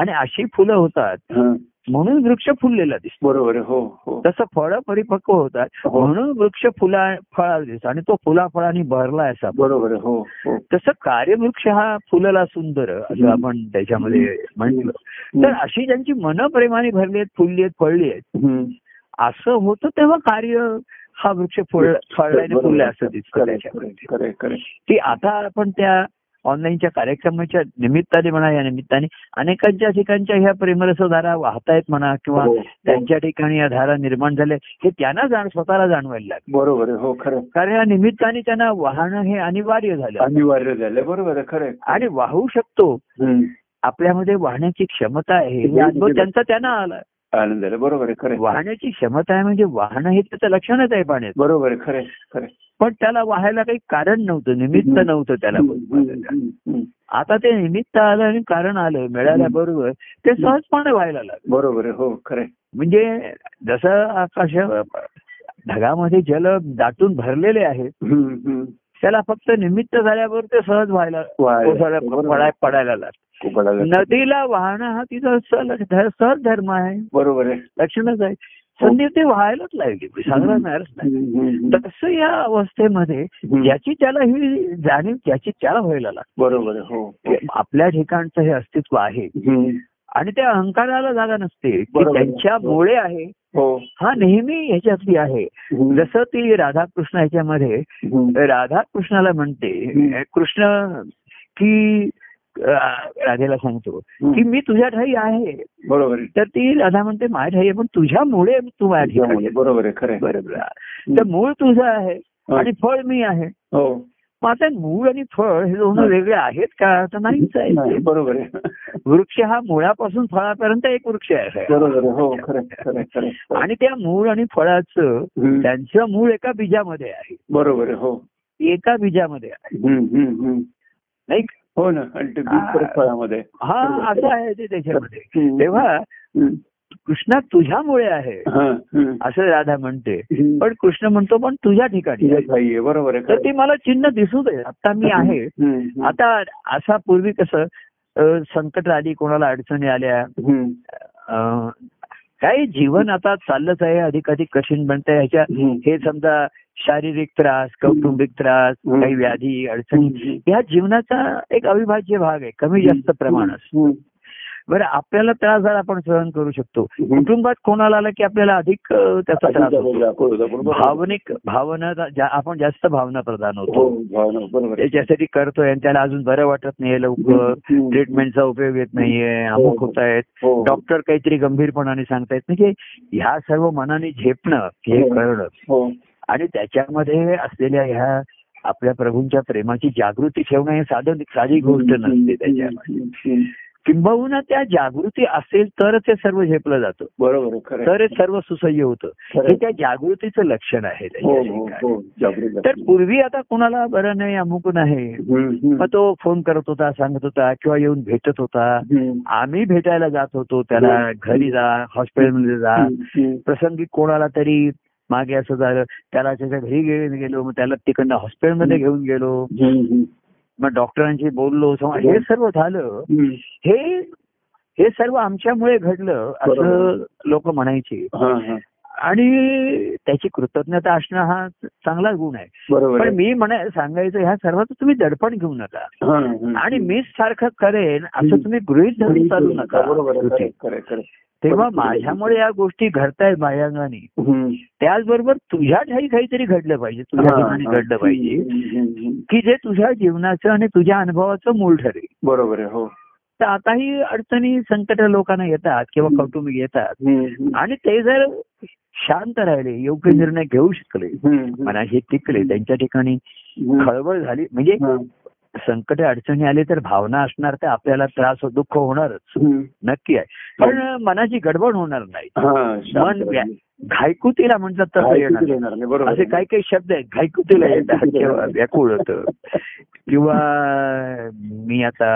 Speaker 2: आणि अशी फुलं होतात
Speaker 1: हं.
Speaker 2: म्हणून वृक्ष फुललेला दिसतो
Speaker 1: बरोबर आहे. हो हो
Speaker 2: तसं फळं परिपक्व होतात
Speaker 1: हो.
Speaker 2: म्हणून वृक्ष फुला फळाला दिसतो आणि तो फुला फळाने भरला आहे असा
Speaker 1: बरोबर आहे. हो हो
Speaker 2: तसं कार्यवृक्ष हा फुलला सुंदर असं
Speaker 1: हम्म.
Speaker 2: आपण त्याच्यामध्ये म्हणलं तर अशी ज्यांची मन प्रेमाने भरली आहेत फुलली आहेत फळली आहेत
Speaker 1: हम्म.
Speaker 2: असं होतं तेव्हा कार्य हा वृक्ष फळ फळल्याने
Speaker 1: बरोबर.
Speaker 2: फुलला असं दिसतं
Speaker 1: खरं आहे,
Speaker 2: त्याच्यामध्ये
Speaker 1: खरं आहे, खरं आहे.
Speaker 2: की आता आपण त्या ऑनलाईनच्या कार्यक्रमाच्या निमित्ताने म्हणा या निमित्ताने अनेकांच्या ठिकाणच्या ह्या प्रेमरसधारा वाहतायत म्हणा किंवा
Speaker 1: हो, हो.
Speaker 2: त्यांच्या ठिकाणी या धारा निर्माण झाल्या हे त्यांना जाण स्वतःला जाणवायला लागलं
Speaker 1: बरोबर आहे. हो खरं आहे.
Speaker 2: कारण या निमित्ताने त्यांना वाहणं हे अनिवार्य झालं
Speaker 1: अनिवार्य झालं बरोबर आहे खरं आहे.
Speaker 2: आणि वाहू शकतो
Speaker 1: हम्म.
Speaker 2: आपल्यामध्ये वाहण्याची क्षमता आहे हे
Speaker 1: बरोबर.
Speaker 2: अनुभव त्यांचा त्यांना आला
Speaker 1: आनंद झाला बरोबर आहे खरं आहे.
Speaker 2: वाहण्याची क्षमता आहे म्हणजे वाहणं हे त्याचं लक्षणच आहे पाण्यात
Speaker 1: बरोबर आहे खरं आहे, खरं आहे.
Speaker 2: पण त्याला वाहायला काही कारण नव्हतं निमित्त
Speaker 1: हम्म.
Speaker 2: नव्हतं त्याला
Speaker 1: हम्म, हम्म.
Speaker 2: आता ते निमित्त आलं आणि कारण आलं मिळाल्याबरोबर ते सहजपणे व्हायला लागलं
Speaker 1: बरोबर आहे हो खरं आहे.
Speaker 2: म्हणजे जसं आकाश ढगामध्ये जल दाटून भरलेले आहे
Speaker 1: हम्म, हम्म.
Speaker 2: त्याला फक्त निमित्त झाल्याबरोबर ते सहज व्हायला
Speaker 1: वाह,
Speaker 2: कोसळायला-
Speaker 1: बरोबर आहे.
Speaker 2: पडाय- पडायला लागलं
Speaker 1: कोकणाला.
Speaker 2: नदीला वाहणं हा तिचा सल- ध- सहज धर्म आहे
Speaker 1: बरोबर आहे
Speaker 2: लक्षणच आहे संधी ते व्हायलाच लागली सांगणार नाहीच नाही
Speaker 1: हो. हम्म, हम्म,
Speaker 2: तसं या अवस्थेमध्ये
Speaker 1: हम्म.
Speaker 2: ज्याची त्याला ही जाणीव ज्याची त्याला व्हायला लागते
Speaker 1: बरोबर आहे हो हो.
Speaker 2: की आपल्या ठिकाणचं हे अस्तित्व आहे
Speaker 1: हम्म.
Speaker 2: आणि त्या अहंकाराला जागा नसते की
Speaker 1: बरोबर.
Speaker 2: त्यांच्यामुळे आहे
Speaker 1: हो
Speaker 2: हा नेहमी ह्याच्यातली आहे
Speaker 1: हम्म.
Speaker 2: जसं ती राधाकृष्ण ह्याच्यामध्ये
Speaker 1: हम्म.
Speaker 2: राधा कृष्णाला म्हणते
Speaker 1: हम्म.
Speaker 2: कृष्ण की अं, राधेला सांगतो की मी तुझ्या ठाई आहे
Speaker 1: बरोबर आहे
Speaker 2: तर ती राधा म्हणते माझ्या ठाई आहे पण तुझ्यामुळे तू माझ्या ठिकाणी
Speaker 1: त्यामुळे बरोबर आहे खरं आहे.
Speaker 2: बरोबर तर मूळ तुझं आहे आणि फळ मी आहे
Speaker 1: हो
Speaker 2: मग आता मूळ आणि फळ हे दोन वेगळे आहेत का तर नाहीच
Speaker 1: नाही,
Speaker 2: आहे
Speaker 1: बरोबर आहे
Speaker 2: वृक्ष हा मुळापासून फळापर्यंत एक वृक्ष आहे
Speaker 1: बरोबर आहे हो खरं आहे, खरं आहे, खरं आहे.
Speaker 2: आणि त्या मूळ आणि फळाचं
Speaker 1: हम्म.
Speaker 2: त्यांचं मूळ एका बीजामध्ये आहे
Speaker 1: बरोबर आहे हो
Speaker 2: एका बीजामध्ये आहे
Speaker 1: हम्म, हम्म, हम्म.
Speaker 2: नाही का?
Speaker 1: हो ना आणि ते बीज परत फळामध्ये
Speaker 2: हा
Speaker 1: बरोबर.
Speaker 2: असं आहे ते त्याच्यामध्ये
Speaker 1: हम्म.
Speaker 2: तेव्हा
Speaker 1: हम्म.
Speaker 2: कृष्णा तुझ्यामुळे आहे
Speaker 1: हा, हम्म.
Speaker 2: असं राधा म्हणते
Speaker 1: हम्म.
Speaker 2: पण कृष्ण म्हणतो पण तुझ्या ठिकाणी
Speaker 1: तुझ्या
Speaker 2: आहे.
Speaker 1: ठाई आहे बरोबर आहे
Speaker 2: तर
Speaker 1: खरं
Speaker 2: ती मला चिन्ह दिसू दे आता मी आहे
Speaker 1: हम्म, हम्म.
Speaker 2: आता असा पूर्वी कसं अ, संकट आली कोणाला अडचणी आल्या
Speaker 1: हम्म.
Speaker 2: अ, काय जीवन आता चाललंच आहे अधिक अधिक कठीण बनतंय ह्याच्या
Speaker 1: हम्म.
Speaker 2: हे समजा शारीरिक त्रास कौटुंबिक त्रास
Speaker 1: हम्म.
Speaker 2: काही व्याधी अडचणी
Speaker 1: हम्म.
Speaker 2: ह्या जीवनाचा एक अविभाज्य भाग आहे कमी जास्त प्रमाणात
Speaker 1: हम्म.
Speaker 2: बरं आपल्याला त्रास झाला आपण सहन करू शकतो
Speaker 1: हम्म.
Speaker 2: कुटुंबात कोणाला आला की आपल्याला अधिक अ, त्याचा त्रास होतो
Speaker 1: भावना
Speaker 2: भावनिक भावना ज्या- आपण जास्त भावना प्रदान
Speaker 1: हो
Speaker 2: होतो
Speaker 1: भावना बरोबर आहे.
Speaker 2: त्याच्यासाठी करतोय आणि त्याला अजून बरं वाटत नाहीये लवकर
Speaker 1: हम्म.
Speaker 2: ट्रीटमेंटचा उपयोग येत नाहीये
Speaker 1: हो.
Speaker 2: अमुक होत आहेत
Speaker 1: हो.
Speaker 2: डॉक्टर काहीतरी गंभीरपणाने सांगतायत म्हणजे ह्या सर्व मनाने झेपणं हे
Speaker 1: हो.
Speaker 2: करणं
Speaker 1: हो
Speaker 2: आणि त्याच्यामध्ये असलेल्या ह्या आपल्या प्रभूंच्या प्रेमाची जागृती ठेवणं हे साधं साधी गोष्ट नसते त्याच्यामध्ये
Speaker 1: हम्म.
Speaker 2: किंबहुना त्या जागृती असेल तरच हे सर्व झेपलं जातं
Speaker 1: बरोबर आहे, खरं आहे.
Speaker 2: तरच सर्व सुसह्य होतं
Speaker 1: खरं
Speaker 2: हे
Speaker 1: आहे.
Speaker 2: त्या जागृतीचं लक्षण आहे
Speaker 1: हो
Speaker 2: त्याच्या
Speaker 1: हो
Speaker 2: ठिकाणी.
Speaker 1: हो जागृत
Speaker 2: तर
Speaker 1: जागृत.
Speaker 2: पूर्वी आता कोणाला बरं नाही अमुक नाही
Speaker 1: हम्म, हम्म.
Speaker 2: मग तो फोन करत होता सांगत होता किंवा येऊन भेटत होता
Speaker 1: हम्म.
Speaker 2: आम्ही भेटायला जात होतो त्याला घरी जा हॉस्पिटलमध्ये जा
Speaker 1: हो. हम्म, हम्म.
Speaker 2: प्रसंगी कोणाला तरी मागे असं झालं त्याला त्याच्या घरी गे- गेलो मग त्याला तिकडनं हॉस्पिटलमध्ये घेऊन गेलो
Speaker 1: हम्म,
Speaker 2: मग डॉक्टरांशी बोललो सम- हे सर्व झालं
Speaker 1: हम्म.
Speaker 2: हे हे सर्व आमच्यामुळे घडलं असं
Speaker 1: बरोबर.
Speaker 2: लोक म्हणायचे
Speaker 1: हा, हा.
Speaker 2: आणि त्याची कृतज्ञता असणं हा चांगला गुण आहे
Speaker 1: बरोबर
Speaker 2: पण
Speaker 1: आहे.
Speaker 2: मी म्हणा सांगायचं ह्या सर्वांचं तुम्ही दडपण घेऊ नका
Speaker 1: हा, हा.
Speaker 2: आणि मीच सारखं करेन असं
Speaker 1: हम्म.
Speaker 2: तुम्ही गृहित धरून चालू नका
Speaker 1: बरोबर आहे, खरं
Speaker 2: कृती.
Speaker 1: आहे, खरं आहे, खरं आहे.
Speaker 2: तेव्हा
Speaker 1: बरोबर.
Speaker 2: माझ्यामुळे या गोष्टी घडतायत बाह्यांगाने
Speaker 1: हम्म.
Speaker 2: त्याचबरोबर तुझ्या ठाई काहीतरी घडलं पाहिजे तुझ्या
Speaker 1: हा,
Speaker 2: ठिकाणी
Speaker 1: हा.
Speaker 2: घडलं पाहिजे
Speaker 1: हम्म, हम्म, हम्म.
Speaker 2: की जे तुझ्या जीवनाचं आणि तुझ्या अनुभवाचं मूळ ठरेल
Speaker 1: बरोबर आहे हो
Speaker 2: तर आताही अडचणी संकट लोकांना येतात किंवा
Speaker 1: हम्म.
Speaker 2: कौटुंबिक येतात
Speaker 1: हम्म, हम्म.
Speaker 2: आणि ते जर शांत राहिले योग्य निर्णय घेऊ शकले
Speaker 1: हम्म, हम्म.
Speaker 2: मनाशी टिकले त्यांच्या ठिकाणी
Speaker 1: हम्म.
Speaker 2: खळबळ झाली म्हणजे
Speaker 1: हा.
Speaker 2: संकट अडचणी आले तर भावना असणार तर आपल्याला त्रास हो- दुःख होणारच
Speaker 1: हम्म.
Speaker 2: नक्की आहे पण
Speaker 1: हो.
Speaker 2: मनाची गडबड होणार नाही
Speaker 1: हा, शांत
Speaker 2: मन व्या-
Speaker 1: राहिलं.
Speaker 2: घायकुतीला म्हणतात तसं
Speaker 1: काय
Speaker 2: येणार
Speaker 1: किती येणार नाही, बरोबर
Speaker 2: असे
Speaker 1: आहे.
Speaker 2: काही काही शब्द आहेत घायकुतीला येतात किंवा व्याकुळ होतं किंवा मी आता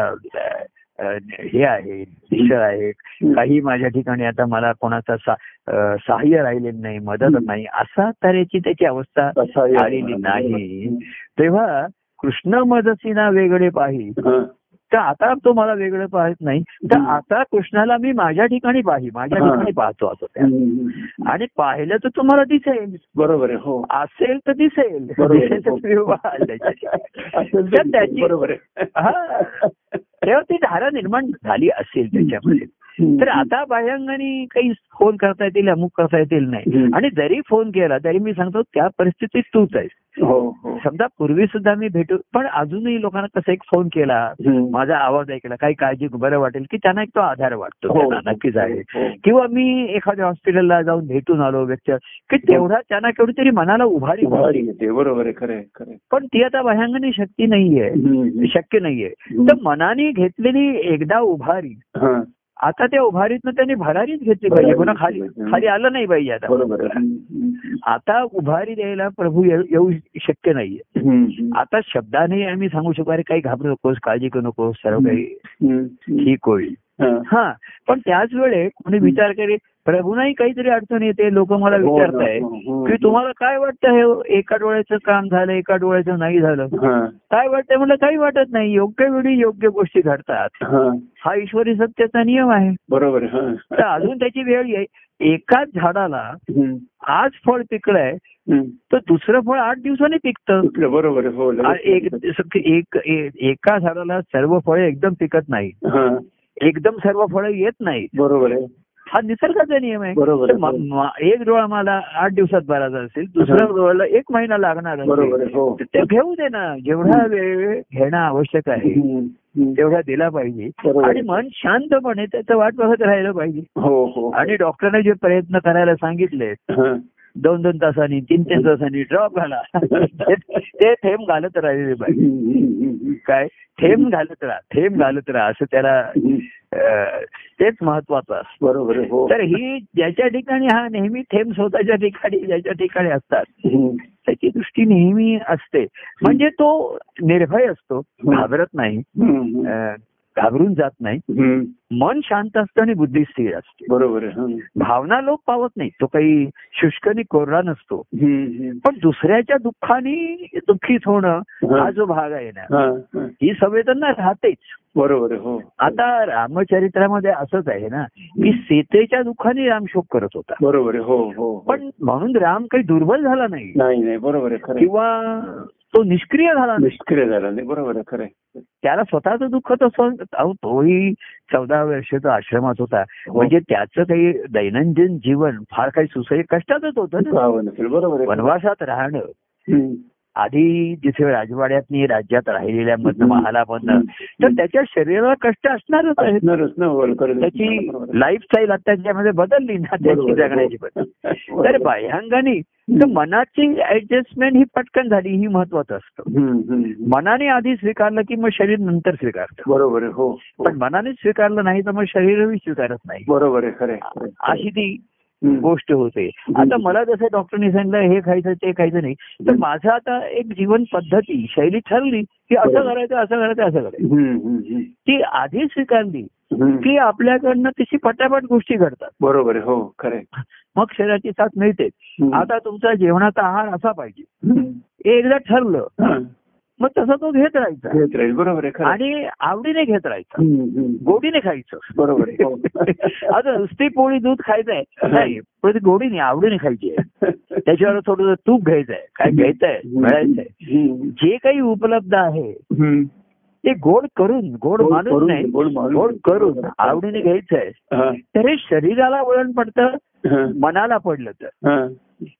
Speaker 2: अ, हे आहे टीचर आहे काही माझ्या ठिकाणी आता मला कोणाचा सा- अ, सहाय्य राहिले नाही मदत नाही असा तऱ्हेची त्याची अवस्था
Speaker 1: असा येणार
Speaker 2: आलेली नाही तेव्हा कृष्ण मदतीना वेगळे पाहि
Speaker 1: हा.
Speaker 2: तर आता तो मला वेगळं पाहत नाही तर
Speaker 1: हम्म.
Speaker 2: आता कृष्णाला मी माझ्या ठिकाणी पाही माझ्या
Speaker 1: हा.
Speaker 2: ठिकाणी पाहतो असं त्या.
Speaker 1: हम्म.
Speaker 2: आणि पाहिलं तर तुम्हाला दिसेल
Speaker 1: बरोबर आहे हो
Speaker 2: असेल तर दिसेल
Speaker 1: बरोबर.
Speaker 2: दिसेल तर तुम्ही वाहाल त्याच्याशी.
Speaker 1: असेल
Speaker 2: तर
Speaker 1: तर
Speaker 2: त्याची-
Speaker 1: बरोबर आहे
Speaker 2: हा. तेव्हा ती धारा निर्माण झाली असेल त्याच्यामध्ये तर आता बाह्यांगाने काही फोन करता येतील अमुक करता येतील नाही
Speaker 1: हम्म.
Speaker 2: आणि जरी फोन केला तरी मी सांगतो त्या परिस्थितीत तूच आहेस
Speaker 1: हो हो
Speaker 2: समजा पूर्वी सुद्धा मी भेटू पण अजूनही लोकांना कसं एक फोन केला
Speaker 1: हम्म.
Speaker 2: माझा आवाज ऐकला काही काळजी बरं वाटेल की त्यांना एक तो आधार वाटतो
Speaker 1: हो.
Speaker 2: त्यांना नक्कीच आहे
Speaker 1: हो.
Speaker 2: किंवा मी एखाद्या हॉस्पिटलला जाऊन भेटून आलो व्यक्ती की तेवढा त्यांना केवढी तरी मनाला उभारी
Speaker 1: भारी येते बरोबर आहे खरं आहे खरं आहे.
Speaker 2: पण ती आता बाह्यांगाने शक्ती नाहीये
Speaker 1: हम्म.
Speaker 2: शक्य नाहीये
Speaker 1: हम्म.
Speaker 2: तर मनाने घेतलेली एकदा उभारी
Speaker 1: हा,
Speaker 2: आता त्या उभारीतनं त्यांनी भरारीच घेतली पाहिजे
Speaker 1: भरारी
Speaker 2: पुन्हा खाली
Speaker 1: घेतली पाहिजे.
Speaker 2: खाली आलं नाही पाहिजे आता
Speaker 1: बरोबर आहे. हम्म.
Speaker 2: आता उभारी द्यायला प्रभू ये- येऊ शक्य नाहीये
Speaker 1: हम्म.
Speaker 2: आता शब्दाने आम्ही सांगू शकतो अरे काही घाबरू नकोस काळजी करू नकोस सर्व काही
Speaker 1: हम्म.
Speaker 2: ठीक होईल
Speaker 1: हा.
Speaker 2: हा पण त्याच वेळेत कोणी विचार करे प्रभूनाही काहीतरी अडचण येते लोक मला
Speaker 1: हो,
Speaker 2: विचारताय
Speaker 1: हो, हो,
Speaker 2: की
Speaker 1: हो.
Speaker 2: तुम्हाला काय वाटतं हे एका डोळ्याचं काम झालं एका डोळ्याचं नाही झालं
Speaker 1: हा,
Speaker 2: काय वाटतंय म्हणलं काही वाटत नाही योग्य वेळी योग्य गोष्टी घडतात
Speaker 1: हा.
Speaker 2: हा ईश्वरी सत्याचा नियम आहे
Speaker 1: बरोबर आहे.
Speaker 2: तर
Speaker 1: हा.
Speaker 2: अजून त्याची वेळ ये एकाच झाडाला
Speaker 1: हम्म.
Speaker 2: आज फळ पिकलंय
Speaker 1: हम्म.
Speaker 2: तर दुसरं फळ आठ दिवसांनी पिकतं
Speaker 1: कुठलं? बरोबर आहे. हो
Speaker 2: आणि
Speaker 1: लगेच
Speaker 2: एक एक- एक- एका झाडाला सर्व फळे एकदम पिकत नाही
Speaker 1: हा.
Speaker 2: एकदम सर्व फळं येत नाही
Speaker 1: बरोबर आहे
Speaker 2: हा निसर्गाचा नियम आहे
Speaker 1: बरोबर
Speaker 2: तर
Speaker 1: आहे.
Speaker 2: म- म- एक डोळा मला आठ दिवसात भरायचा असेल दुसऱ्या
Speaker 1: हा.
Speaker 2: डोळ्याला एक महिना लागणार असेल.
Speaker 1: बरोबर आहे. हो
Speaker 2: तर ते घेऊ दे ना जेवढा वेळ घेणं आवश्यक आहे
Speaker 1: हम्म. हम्म.
Speaker 2: तेवढा दिला पाहिजे
Speaker 1: बरोबर आहे.
Speaker 2: आणि मन शांतपणे त्याचं वाट बघत राहिलं पाहिजे
Speaker 1: हो हो
Speaker 2: आणि डॉक्टरने जे प्रयत्न करायला सांगितले
Speaker 1: हा.
Speaker 2: दोन दोन तासांनी तीन तीन तासांनी ड्रॉप घाला ते- ते थेंब घालत राहिले पाहिजे
Speaker 1: हम्म.
Speaker 2: काय थेंब घालत राहा थेंब घालत राहा असं त्याला
Speaker 1: हम्म.
Speaker 2: अं, तेच महत्वाचं असतं
Speaker 1: बरोबर आहे. हो
Speaker 2: तर ही ज्याच्या ठिकाणी हा नेहमी थेंब स्वतःच्या ठिकाणी ज्याच्या ठिकाणी असतात
Speaker 1: हम्म.
Speaker 2: त्याची दृष्टी नेहमी असते म्हणजे तो निर्भय असतो घाबरत नाही
Speaker 1: हम्म.
Speaker 2: अं, घाबरून जात नाही
Speaker 1: हम्म.
Speaker 2: मन शांत असतं आणि बुद्धी स्थिर असते
Speaker 1: बरोबर आहे. हम्म.
Speaker 2: भावना लोप पावत नाही तो काही शुष्कनी कोरडा नसतो
Speaker 1: हम्म. हम्म.
Speaker 2: पण दुसऱ्याच्या दुःखाने दुःखीत होणं हा
Speaker 1: हा.
Speaker 2: जो भाग आहे ना
Speaker 1: हा. हा.
Speaker 2: ही संवेदना राहतेच
Speaker 1: बरोबर आहे. हो
Speaker 2: आता रामचरित्रामध्ये असंच आहे ना की सीतेच्या दुःखाने राम शोक करत होता
Speaker 1: बरोबर आहे. हो हो हो.
Speaker 2: पण म्हणून राम काही दुर्बल झाला नाही
Speaker 1: नाही नाही बरोबर आहे खरं आहे.
Speaker 2: किंवा तो निष्क्रिय झाला नाही
Speaker 1: निष्क्रिय झाला नाही बरोबर आहे खरं आहे.
Speaker 2: त्याला स्वतःच दुःख तसं अहो, हो, तोही चौदा वर्षाचा आश्रमात होता
Speaker 1: हो.
Speaker 2: म्हणजे त्याचं काही दैनंदिन जीवन फार काही सुसह्य कष्टातच होतं ना
Speaker 1: दुखावं नसेल बरोबर आहे
Speaker 2: वनवासात राहणं
Speaker 1: हम्म.
Speaker 2: आधी जिथे राजवाड्यातनी राज्यात राहिलेल्या
Speaker 1: हम्म.
Speaker 2: महालामधनं तर त्याच्या शरीराला कष्ट असणारच आहे
Speaker 1: असणारच ना वलकर
Speaker 2: त्याची लाईफस्टाईल आता त्याच्यामध्ये बदलली ना त्याची
Speaker 1: हो.
Speaker 2: जगण्याची पद्धत तर बाह्यांगाने तर मनाची ऍडजस्टमेंट ही पटकन झाली ही महत्वाचं असतं मनाने आधी स्वीकारलं की मग शरीर नंतर स्वीकारतं
Speaker 1: बरोबर आहे हो हो.
Speaker 2: पण मनाने स्वीकारलं नाही तर मग शरीरही स्वीकारत नाही
Speaker 1: बरोबर आहे खरं आहे, खरं आहे.
Speaker 2: अशी ती
Speaker 1: हम्म.
Speaker 2: गोष्ट होते आता मला जसं डॉक्टरनी सांगितलं हे खायचं ते खायचं नाही तर माझं आता एक जीवन पद्धती शैली ठरली की असं
Speaker 1: बरोबर.
Speaker 2: करायचं असं करायचं असं करायचं
Speaker 1: हम्म, हम्म, हम्म.
Speaker 2: ती आधी स्वीकारली
Speaker 1: हम्म.
Speaker 2: की आपल्याकडनं तशी पटापट गोष्टी घडतात
Speaker 1: बरोबर आहे हो खरं आहे.
Speaker 2: मग शरीराची साथ मिळते
Speaker 1: हम्म.
Speaker 2: आता तुमचा जेवणाचा आहार असा पाहिजे
Speaker 1: हम्म.
Speaker 2: हे एकदा ठरलं
Speaker 1: हा.
Speaker 2: मग तसा तो घेत राहायचा
Speaker 1: घेत राहील बरोबर आहे खरं आहे.
Speaker 2: आणि आवडीने घेत राहायचा
Speaker 1: हम्म, हम्म.
Speaker 2: गोडीने खायचं
Speaker 1: बरोबर आहे हो.
Speaker 2: आता नुसती पोळी दूध खायचंय नाही पण ती गोडीने आवडीने खायची आहे त्याच्यावर थोडं तूप घ्यायचंय काय घ्यायचंय मिळायचंय
Speaker 1: हम्म.
Speaker 2: जे काही उपलब्ध आहे
Speaker 1: हम्म.
Speaker 2: ते गोड करून गोड
Speaker 1: गोड
Speaker 2: मानून
Speaker 1: करून,
Speaker 2: नाही
Speaker 1: गोड मानून.
Speaker 2: गोड करून आवडीने घ्यायचंय
Speaker 1: हा,
Speaker 2: तर हे शरीराला वळण पडतं
Speaker 1: हा,
Speaker 2: मनाला पडलं तर
Speaker 1: हा.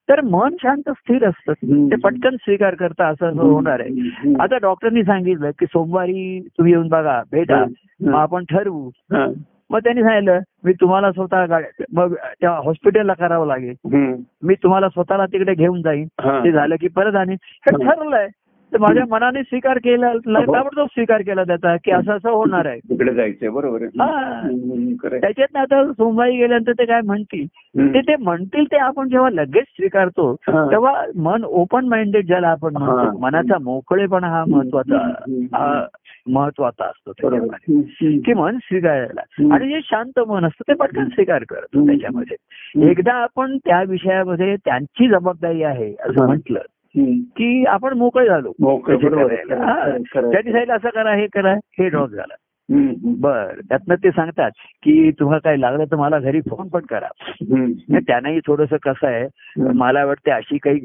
Speaker 2: तर मन शांत स्थिर असतं
Speaker 1: हम्म.
Speaker 2: ते पटकन स्वीकार करतं असं होणार आहे
Speaker 1: हम्म.
Speaker 2: आता डॉक्टरनी सांगितलं की सोमवारी तुम्ही येऊन बघा भेटा
Speaker 1: हा.
Speaker 2: मग आपण ठरवू
Speaker 1: हा.
Speaker 2: मग त्यांनी सांगितलं मी तुम्हाला स्वतः गाडी मग त्या हॉस्पिटलला करावं लागेल
Speaker 1: हम्म.
Speaker 2: मी तुम्हाला स्वतःला तिकडे घेऊन जाईन
Speaker 1: हा.
Speaker 2: ते झालं की परत आणि हे
Speaker 1: हं.
Speaker 2: ठरलंय तर माझ्या मनाने स्वीकार केला
Speaker 1: हो.
Speaker 2: ताबडतोब स्वीकार केला त्याचा की असं असं होणार आहे
Speaker 1: तिकडे जायचंय बरोबर आहे
Speaker 2: हा.
Speaker 1: हम्म, हम्म, खरं आहे.
Speaker 2: त्याच्यात आता सोमवारी गेल्यानंतर ते काय म्हणतील
Speaker 1: हम्म.
Speaker 2: ते ते म्हणतील ते आपण जेव्हा लगेच स्वीकारतो
Speaker 1: हा.
Speaker 2: तेव्हा मन ओपन माइंडेड ज्याला आपण
Speaker 1: हा.
Speaker 2: म्हणतो मनाचा मोकळेपणा हा महत्वाचा
Speaker 1: हम्म.
Speaker 2: हा महत्वाचा असतो
Speaker 1: बरोबर
Speaker 2: त्याच्यामध्ये
Speaker 1: हम्म, हम्म.
Speaker 2: की मन स्वीकारायला
Speaker 1: हम्म.
Speaker 2: आणि जे शांत मन असतं ते पटकन स्वीकार करतो
Speaker 1: हम्म.
Speaker 2: त्याच्यामध्ये एकदा आपण त्या विषयामध्ये त्यांची जबाबदारी आहे असं
Speaker 1: हा.
Speaker 2: म्हटलं
Speaker 1: हम्म.
Speaker 2: की आपण मोकळे झालो
Speaker 1: मोकळे,
Speaker 2: त्याचे
Speaker 1: बरोबर.
Speaker 2: करायला.
Speaker 1: खरं,
Speaker 2: हा.
Speaker 1: खरं, खरं.
Speaker 2: त्यांनी सांगितलं असं करा हे करा हे ड्रॉप झाला
Speaker 1: हम्म, हम्म.
Speaker 2: बर त्यातनं ते सांगतात की तुम्हाला काय लागलं तर मला घरी फोन पण करा
Speaker 1: हम्म,
Speaker 2: मग त्यांनाही थोडस कसं आहे
Speaker 1: हम्म.
Speaker 2: मला वाटते अशी काही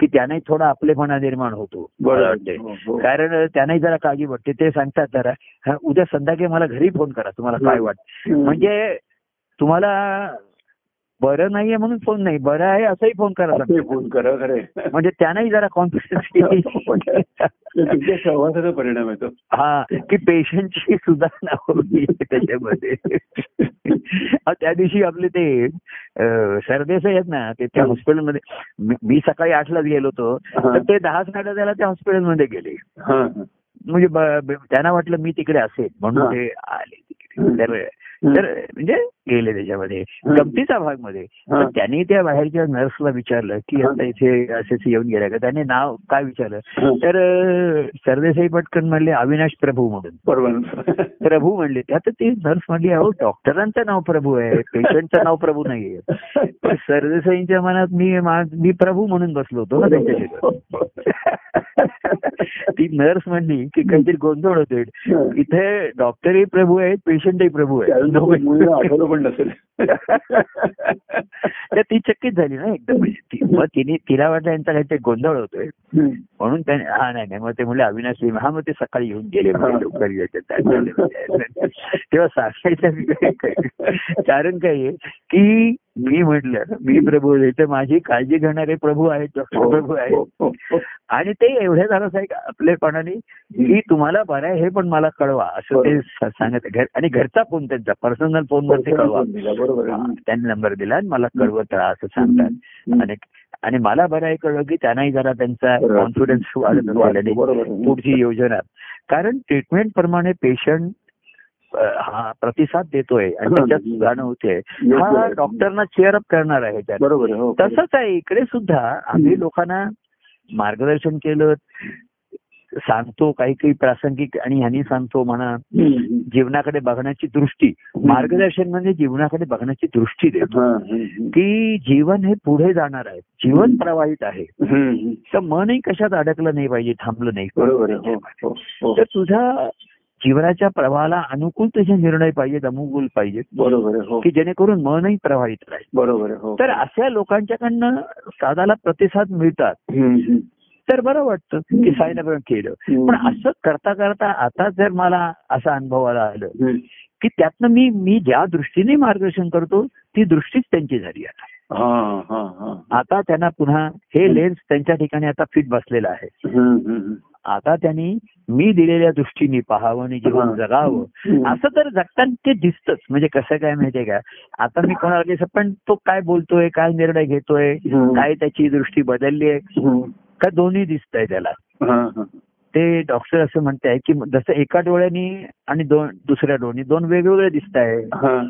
Speaker 2: की त्यांनाही थोडा आपलेपणा निर्माण होतो मला वाटते
Speaker 1: हो, हो.
Speaker 2: कारण त्यांनाही जरा काळजी वाटते ते सांगतात जरा "हा, उद्या संध्याकाळी मला घरी फोन करा तुम्हाला काय
Speaker 1: हम्म.
Speaker 2: वाटतं
Speaker 1: हम्म.
Speaker 2: म्हणजे तुम्हाला बरं नाहीये म्हणून फोन नाही बरं आहे असंही फोन करा
Speaker 1: असंही फोन करा खरे
Speaker 2: म्हणजे त्यांनाही जरा
Speaker 1: हो,
Speaker 2: कॉन्फिडन्स
Speaker 1: तुमच्या सहवासाचा परिणाम येतो
Speaker 2: हा की पेशंटची सुधारणा होती त्याच्यामध्ये अहो, त्या दिवशी आपले ते अ, सरदेसाई आहेत ना ते त्या
Speaker 1: हा.
Speaker 2: हॉस्पिटलमध्ये मी- मी सकाळी आठलाच गेलो होतो तर ते दहा साडे दहाला त्या हॉस्पिटलमध्ये गेले
Speaker 1: हा, हा.
Speaker 2: म्हणजे ब- ब- त्यांना वाटलं मी तिकडे असेल म्हणून
Speaker 1: हा.
Speaker 2: ते आले तिकडे तर तर म्हणजे गेले त्याच्यामध्ये
Speaker 1: हम्म.
Speaker 2: गमतीचा भाग मध्ये
Speaker 1: हा.
Speaker 2: तर त्यांनी त्या बाहेरच्या नर्सला विचारलं की
Speaker 1: हा.
Speaker 2: आता इथे असे असे येऊन गेल्या का त्याने नाव काय विचारलं
Speaker 1: हा.
Speaker 2: तर अ, सरदेसाई पटकन म्हणले अविनाश प्रभू म्हणून
Speaker 1: परवानगी.
Speaker 2: प्रभू म्हणले त्यात ती नर्स म्हणली अहो डॉक्टरांचं नाव प्रभू आहे पेशंटचं नाव प्रभू नाहीये पण सरदेसाईंच्या मनात मी मा- मी प्रभू म्हणून बसलो होतो ना त्यांच्या शेजारी. ती नर्स म्हणली की काहीतरी गोंधळ होतोय इथे डॉक्टरही प्रभू आहेत पेशंटही प्रभू
Speaker 1: त्यावेळी
Speaker 2: आहेत
Speaker 1: मुलीला आठवलं पण नसेल
Speaker 2: तर ती चक्कीच झाली ना एकदम म्हणजे ती- मग तिने तिला वाटलं यांचा काहीतरी गोंधळ होतोय
Speaker 1: हम्म.
Speaker 2: म्हणून त्याने हा नाही नाही मग ते म्हणले अविनाश लिम हा मग ते सकाळी येऊन गेले म्हणजे लवकर यायचे, त्यात झाले म्हणजे. तेव्हा सांगायचं कारण काय आहे की मी म्हटलं मी प्रभू आहे, तर माझी काळजी घेणारे प्रभू आहेत डॉक्टर प्रभू आहेत
Speaker 1: हो, हो, हो.
Speaker 2: आणि ते एवढ्या झालं आहे का आपलेपणाने की तुम्हाला बरं आहे हे पण मला कळवा असं ते स- सांगत घर आणि घरचा फोन त्यांचा पर्सनल फोन वरती कळवा
Speaker 1: फोन दिला, बरोबर आहे.
Speaker 2: हा, त्यांनी नंबर दिला आणि मला कळवत राहा असं सांगतात
Speaker 1: हम्म.
Speaker 2: आणि आणि मला बरं आहे कळलं की त्यांनाही जरा त्यांचा
Speaker 1: बरोबर.
Speaker 2: कॉन्फिडन्स वाढत
Speaker 1: वाढतो,
Speaker 2: असल्याने
Speaker 1: बरोबर आहे.
Speaker 2: पुढची योजना कारण ट्रीटमेंट प्रमाणे पेशंट हा प्रतिसाद देतोय आणि
Speaker 1: हा.
Speaker 2: त्याच्यात सुधारणा होते
Speaker 1: योग्य
Speaker 2: हा
Speaker 1: आहे.
Speaker 2: डॉक्टरना चेअर अप करणार आहे त्यात
Speaker 1: बरोबर आहे, हो
Speaker 2: तसंच आहे इकडे सुद्धा आम्ही लोकांना मार्गदर्शन केलं सांगतो काही काही प्रासंगिक आणि ह्यांनी सांगतो म्हणा
Speaker 1: हम्म.
Speaker 2: जीवनाकडे बघण्याची दृष्टी मार्गदर्शन म्हणजे जीवनाकडे बघण्याची दृष्टी देतो
Speaker 1: हा, हम्म.
Speaker 2: की जीवन हे पुढे जाणार आहे जीवन
Speaker 1: हम्म.
Speaker 2: प्रवाहित आहे
Speaker 1: हम्म.
Speaker 2: तर मनही कशात अडकलं नाही पाहिजे थांबलं
Speaker 1: बरोबर आहे,
Speaker 2: नाही
Speaker 1: हो, हो, हो.
Speaker 2: तर तुझ्या जीवनाच्या प्रवाहाला अनुकूल तुझे निर्णय पाहिजेत अनुकूल पाहिजेत
Speaker 1: बरोबर आहे, हो
Speaker 2: की जेणेकरून मनही प्रवाहित राहील
Speaker 1: बरोबर आहे, हो
Speaker 2: तर अशा लोकांच्याकडनं साधाला प्रतिसाद मिळतात
Speaker 1: हम्म, हम्म.
Speaker 2: तर बरं वाटतं की साईनाबरोबर केलं
Speaker 1: हम्म.
Speaker 2: पण असं करता करता आता जर मला असा अनुभवाला आलं
Speaker 1: हम्म.
Speaker 2: की त्यातनं मी मी ज्या दृष्टीने मार्गदर्शन करतो ती दृष्टीच त्यांची झाली आता
Speaker 1: हा हा हा
Speaker 2: आता त्यांना पुन्हा हे लेन्स त्यांच्या ठिकाणी आता फिट बसलेलं आहे
Speaker 1: हम्म, हम्म.
Speaker 2: आता त्यांनी मी दिलेल्या दृष्टीने पाहावं आणि जीवन
Speaker 1: हा.
Speaker 2: जगावं
Speaker 1: हम्म.
Speaker 2: असं तर जगताना ते दिसतच म्हणजे कसं काय माहितीये का आता मी कोणाला दिसत पण तो काय बोलतोय काय निर्णय घेतोय
Speaker 1: हम्म.
Speaker 2: काय त्याची दृष्टी बदलली आहे
Speaker 1: हम्म.
Speaker 2: का दोन्ही दिसत आहे त्याला
Speaker 1: हा, हा.
Speaker 2: ते डॉक्टर असं म्हणताय की जसं एका डोळ्यानी आणि दोन दुसऱ्या डोळ्यानी दोन वेगवेगळे दिसत आहे
Speaker 1: हा.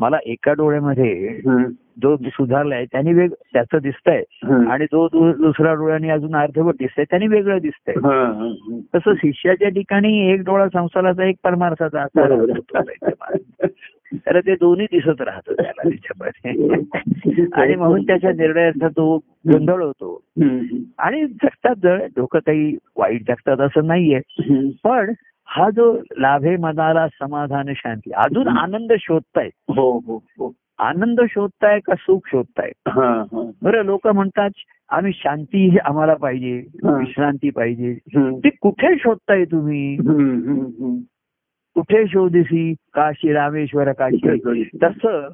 Speaker 2: मला एका डोळ्यामध्ये
Speaker 1: हम्म.
Speaker 2: जो सुधारलाय त्याने वेग त्याचं दिसतंय
Speaker 1: हम्म.
Speaker 2: आणि जो दु- दुसऱ्या डोळ्याने अजून अर्धवट दिसतंय त्याने वेगळं दिसतंय
Speaker 1: हा, हा, हा.
Speaker 2: तसं शिष्याच्या ठिकाणी एक डोळा संसाराचा एक परमार्थाचा असा
Speaker 1: बरोबर
Speaker 2: राहत होता त्याच्यामध्ये. तर ते दोन्ही दिसत राहत त्याला त्याच्यामध्ये आणि म्हणून त्याच्या निर्णयाचा तो गोंधळ होतो
Speaker 1: हम्म.
Speaker 2: आणि जगतात जर लोक काही वाईट जगतात असं नाहीये
Speaker 1: हम्म.
Speaker 2: पण हा जो लाभे मनाला समाधान शांती अजून आनंद शोधताय
Speaker 1: हो हो हो
Speaker 2: आनंद शोधताय का सुख शोधताय
Speaker 1: हा हा
Speaker 2: बरं लोक म्हणतात आम्ही शांती ही आम्हाला पाहिजे
Speaker 1: हा.
Speaker 2: विश्रांती पाहिजे
Speaker 1: हम्म.
Speaker 2: ती कुठे शोधताय तुम्ही
Speaker 1: हम्म, हम्म, हम्म.
Speaker 2: कुठे शोधिसी काशी रामेश्वर काशी तसं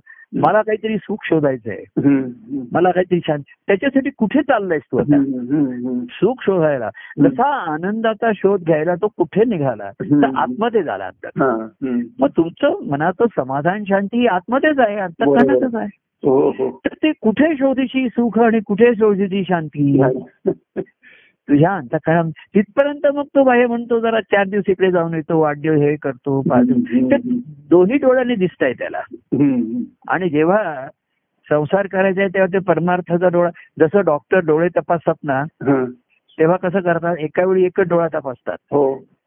Speaker 2: मला काहीतरी सुख शोधायचंय
Speaker 1: हम्म, हम्म.
Speaker 2: मला काहीतरी शांत त्याच्यासाठी कुठे चाललायस तू आता
Speaker 1: हम्म, हम्म, हम्म.
Speaker 2: सुख शोधायला जसा आनंदाचा शोध घ्यायला तो कुठे निघाला तर
Speaker 1: हम्म.
Speaker 2: आतमध्ये झाला आता
Speaker 1: हा, हम्म.
Speaker 2: मग तुमचं मनाचं समाधान शांती ही आतमध्येच आहे अंतकरणातच आहे
Speaker 1: हो हो
Speaker 2: तर ते कुठे शोधीशी सुख आणि कुठे शोधीशी शांती तुझ्या अंतकरण तिथपर्यंत मग तो बाहेर म्हणतो जरा चार दिवस इकडे जाऊन येतो वाढदिवस हे करतो पाच दिवस. तर दोन्ही डोळ्याने दिसताय त्याला
Speaker 1: हम्म.
Speaker 2: आणि जेव्हा संसार करायचा आहे तेव्हा ते परमार्थाचा डोळा जसं डॉक्टर डोळे तपासतात ना
Speaker 1: हा.
Speaker 2: तेव्हा कसं करतात एका वेळी एकच डोळा तपासतात
Speaker 1: हो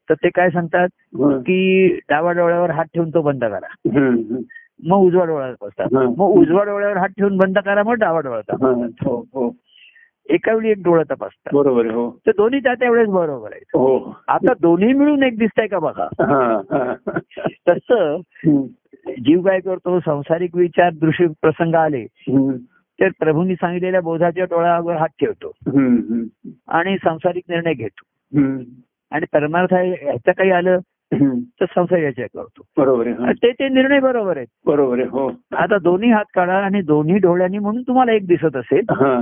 Speaker 2: तर ते काय सांगतात
Speaker 1: हा.
Speaker 2: की डावा डोळ्यावर हात ठेवून तो बंद करा
Speaker 1: हम्म, हम्म.
Speaker 2: मग उजवा डोळा तपासतात
Speaker 1: हा.
Speaker 2: मग उजवा डोळ्यावर हात ठेवून बंद करा मग डावा डोळा तपासतात
Speaker 1: हा, हो हो
Speaker 2: एका वेळी एक डोळा तपासतात
Speaker 1: बरोबर आहे, हो
Speaker 2: तर दोन्ही त्या त्यावेळेस बरोबर आहेत
Speaker 1: हो
Speaker 2: आता दोन्ही मिळून एक दिसतंय का बघा
Speaker 1: हा, हा.
Speaker 2: तसं
Speaker 1: हम्म,
Speaker 2: जीव काय करतो संसारिक विचार दृश्य प्रसंग आले
Speaker 1: हम्म,
Speaker 2: तर प्रभूंनी सांगितलेल्या बोधाच्या डोळ्यावर हात ठेवतो
Speaker 1: हम्म, हम्म,
Speaker 2: आणि संसारिक निर्णय घेतो
Speaker 1: हम्म,
Speaker 2: आणि परमार्थ आहे, ह्याचं काही आलं
Speaker 1: हम्म.
Speaker 2: तर संसार याच्या करतो
Speaker 1: बरोबर आहे हा.
Speaker 2: आणि ते ते निर्णय बरोबर आहेत
Speaker 1: बरोबर आहे हो
Speaker 2: आता दोन्ही हात काढा आणि दोन्ही डोळ्यांनी म्हणून तुम्हाला एक दिसत असेल
Speaker 1: हा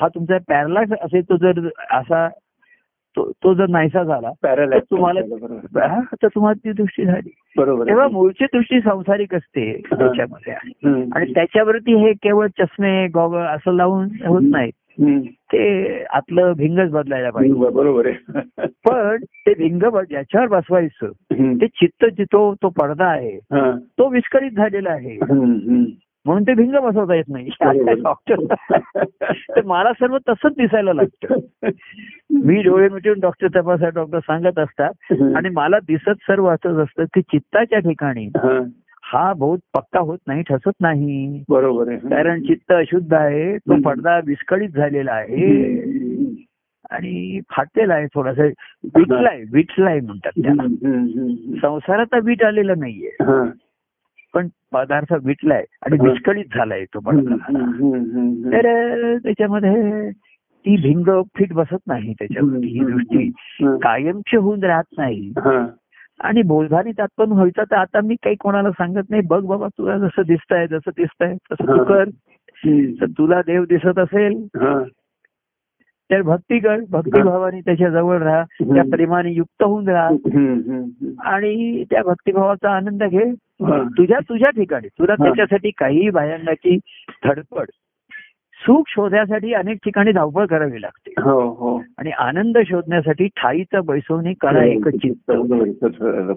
Speaker 2: हा तुमचा पॅरलाक्स असेल तो जर असा तो तो जर नाहीसा झाला
Speaker 1: पॅरालाइज
Speaker 2: तर तुम्हाला-
Speaker 1: बरोबर
Speaker 2: हा, तर तुम्हाला ती दृष्टी झाली
Speaker 1: बरोबर
Speaker 2: तेव्हा
Speaker 1: आहे.
Speaker 2: मूळची दृष्टी संसारिक असते त्याच्यामध्ये आहे.
Speaker 1: हम्म,
Speaker 2: आणि त्याच्यावरती हे केवळ चष्मे गॉगल असं लावून होत नाही
Speaker 1: हम्म.
Speaker 2: ते आतलं भिंगच बदलायला पाहिजे
Speaker 1: बरोबर बरोबर आहे
Speaker 2: पण ते भिंग ब- ज्याच्यावर बसवायचं
Speaker 1: हम्म.
Speaker 2: ते चित्त जितो तो पडदा आहे
Speaker 1: हा.
Speaker 2: तो विस्कळीत झालेला आहे
Speaker 1: हम्म, हम्म.
Speaker 2: म्हणून ते भिंग बसवता येत नाही
Speaker 1: बरोबर.
Speaker 2: डॉक्टर तर मला सर्व तसंच दिसायला लागतं मी डोळे मिटून डॉक्टर तपासा डॉक्टर सांगत असतात आणि मला दिसत सर्व असंच असतं की चित्ताच्या ठिकाणी
Speaker 1: हा,
Speaker 2: हा बहुत पक्का होत नाही ठसत नाही
Speaker 1: बरोबर आहे
Speaker 2: कारण चित्त अशुद्ध आहे तो
Speaker 1: हम्म.
Speaker 2: पडदा विस्कळीत झालेला आहे
Speaker 1: हम्म,
Speaker 2: आणि फाटलेला आहे थोडासा विटलाय विटलाय म्हणतात त्याला
Speaker 1: हम्म, हम्म, हम्म.
Speaker 2: संसारात वीट आलेला नाहीये
Speaker 1: हा.
Speaker 2: पण पदार्थ विटलाय आणि
Speaker 1: हा.
Speaker 2: विस्कळीत झालाय तो
Speaker 1: हम्म,
Speaker 2: पडदा
Speaker 1: हम्म, हम्म,
Speaker 2: तर अ, त्याच्यामध्ये ती भिंग फिट बसत नाही त्याच्यावरती ही दृष्टी
Speaker 1: हम्म.
Speaker 2: कायमची होऊन राहत नाही
Speaker 1: हा.
Speaker 2: आणि बोलधारी तात्पण व्हायचं तर आता मी काही कोणाला सांगत नाही बघ बाबा तुला जसं दिसतंय जसं दिसतंय तसं तू
Speaker 1: हा.
Speaker 2: कर
Speaker 1: हम्म.
Speaker 2: तर तुला देव दिसत असेल
Speaker 1: हा.
Speaker 2: तर भक्ती कर भक्तिभावाने त्याच्या जवळ राहा त्या प्रेमाने युक्त होऊन राहा
Speaker 1: हम्म, हम्म,
Speaker 2: आणि त्या भक्तिभावाचा आनंद घे
Speaker 1: हम्म. हा.
Speaker 2: तुझ्या तुझ्या ठिकाणी तुला
Speaker 1: हा.
Speaker 2: त्याच्यासाठी काही भायंगाची धडपड सुख शोधण्यासाठी अनेक ठिकाणी धावपळ करावी लागते
Speaker 1: हो हो
Speaker 2: आणि आनंद शोधण्यासाठी ठाईचा बैसवणी करा एक चित्त
Speaker 1: बरोबर आहे. हो.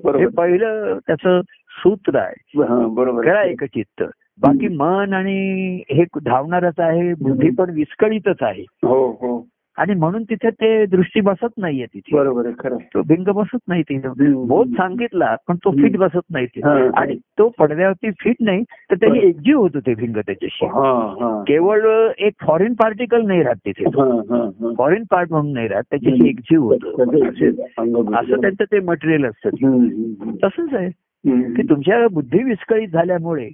Speaker 1: बरोबर आहे.
Speaker 2: हे पहिलं त्याचं सूत्र आहे
Speaker 1: हा, बरोबर
Speaker 2: करा
Speaker 1: आहे.
Speaker 2: एक चित्त बाकी मन आणि हे धावणारच आहे बुद्धी पण विस्कळीतच आहे
Speaker 1: हो हो
Speaker 2: आणि म्हणून तिथे ते दृष्टी बसत नाहीये तिथे
Speaker 1: बरोबर आहे खरं आहे.
Speaker 2: तो भिंग बसत नाही तिथे
Speaker 1: हम्म.
Speaker 2: बोध सांगितला पण तो फिट बसत नाही
Speaker 1: हा,
Speaker 2: तिथे
Speaker 1: हा.
Speaker 2: आणि तो पडद्यावरती फिट नाही तर त्याची
Speaker 1: बरं.
Speaker 2: एकजीव होतो ते भिंग त्याच्याशी
Speaker 1: हा हा
Speaker 2: केवळ एक फॉरेन पार्टिकल नाही राहत तिथे
Speaker 1: हा हा हा
Speaker 2: फॉरेन पार्ट म्हणून नाही राहत
Speaker 1: हम्म. म्हणजे
Speaker 2: त्याच्याशी एकजीव होतो असं
Speaker 1: असं
Speaker 2: त्यांचं ते मटेरियल असतं तसंच आहे की तुमच्या बुद्धी विस्कळीत झाल्यामुळे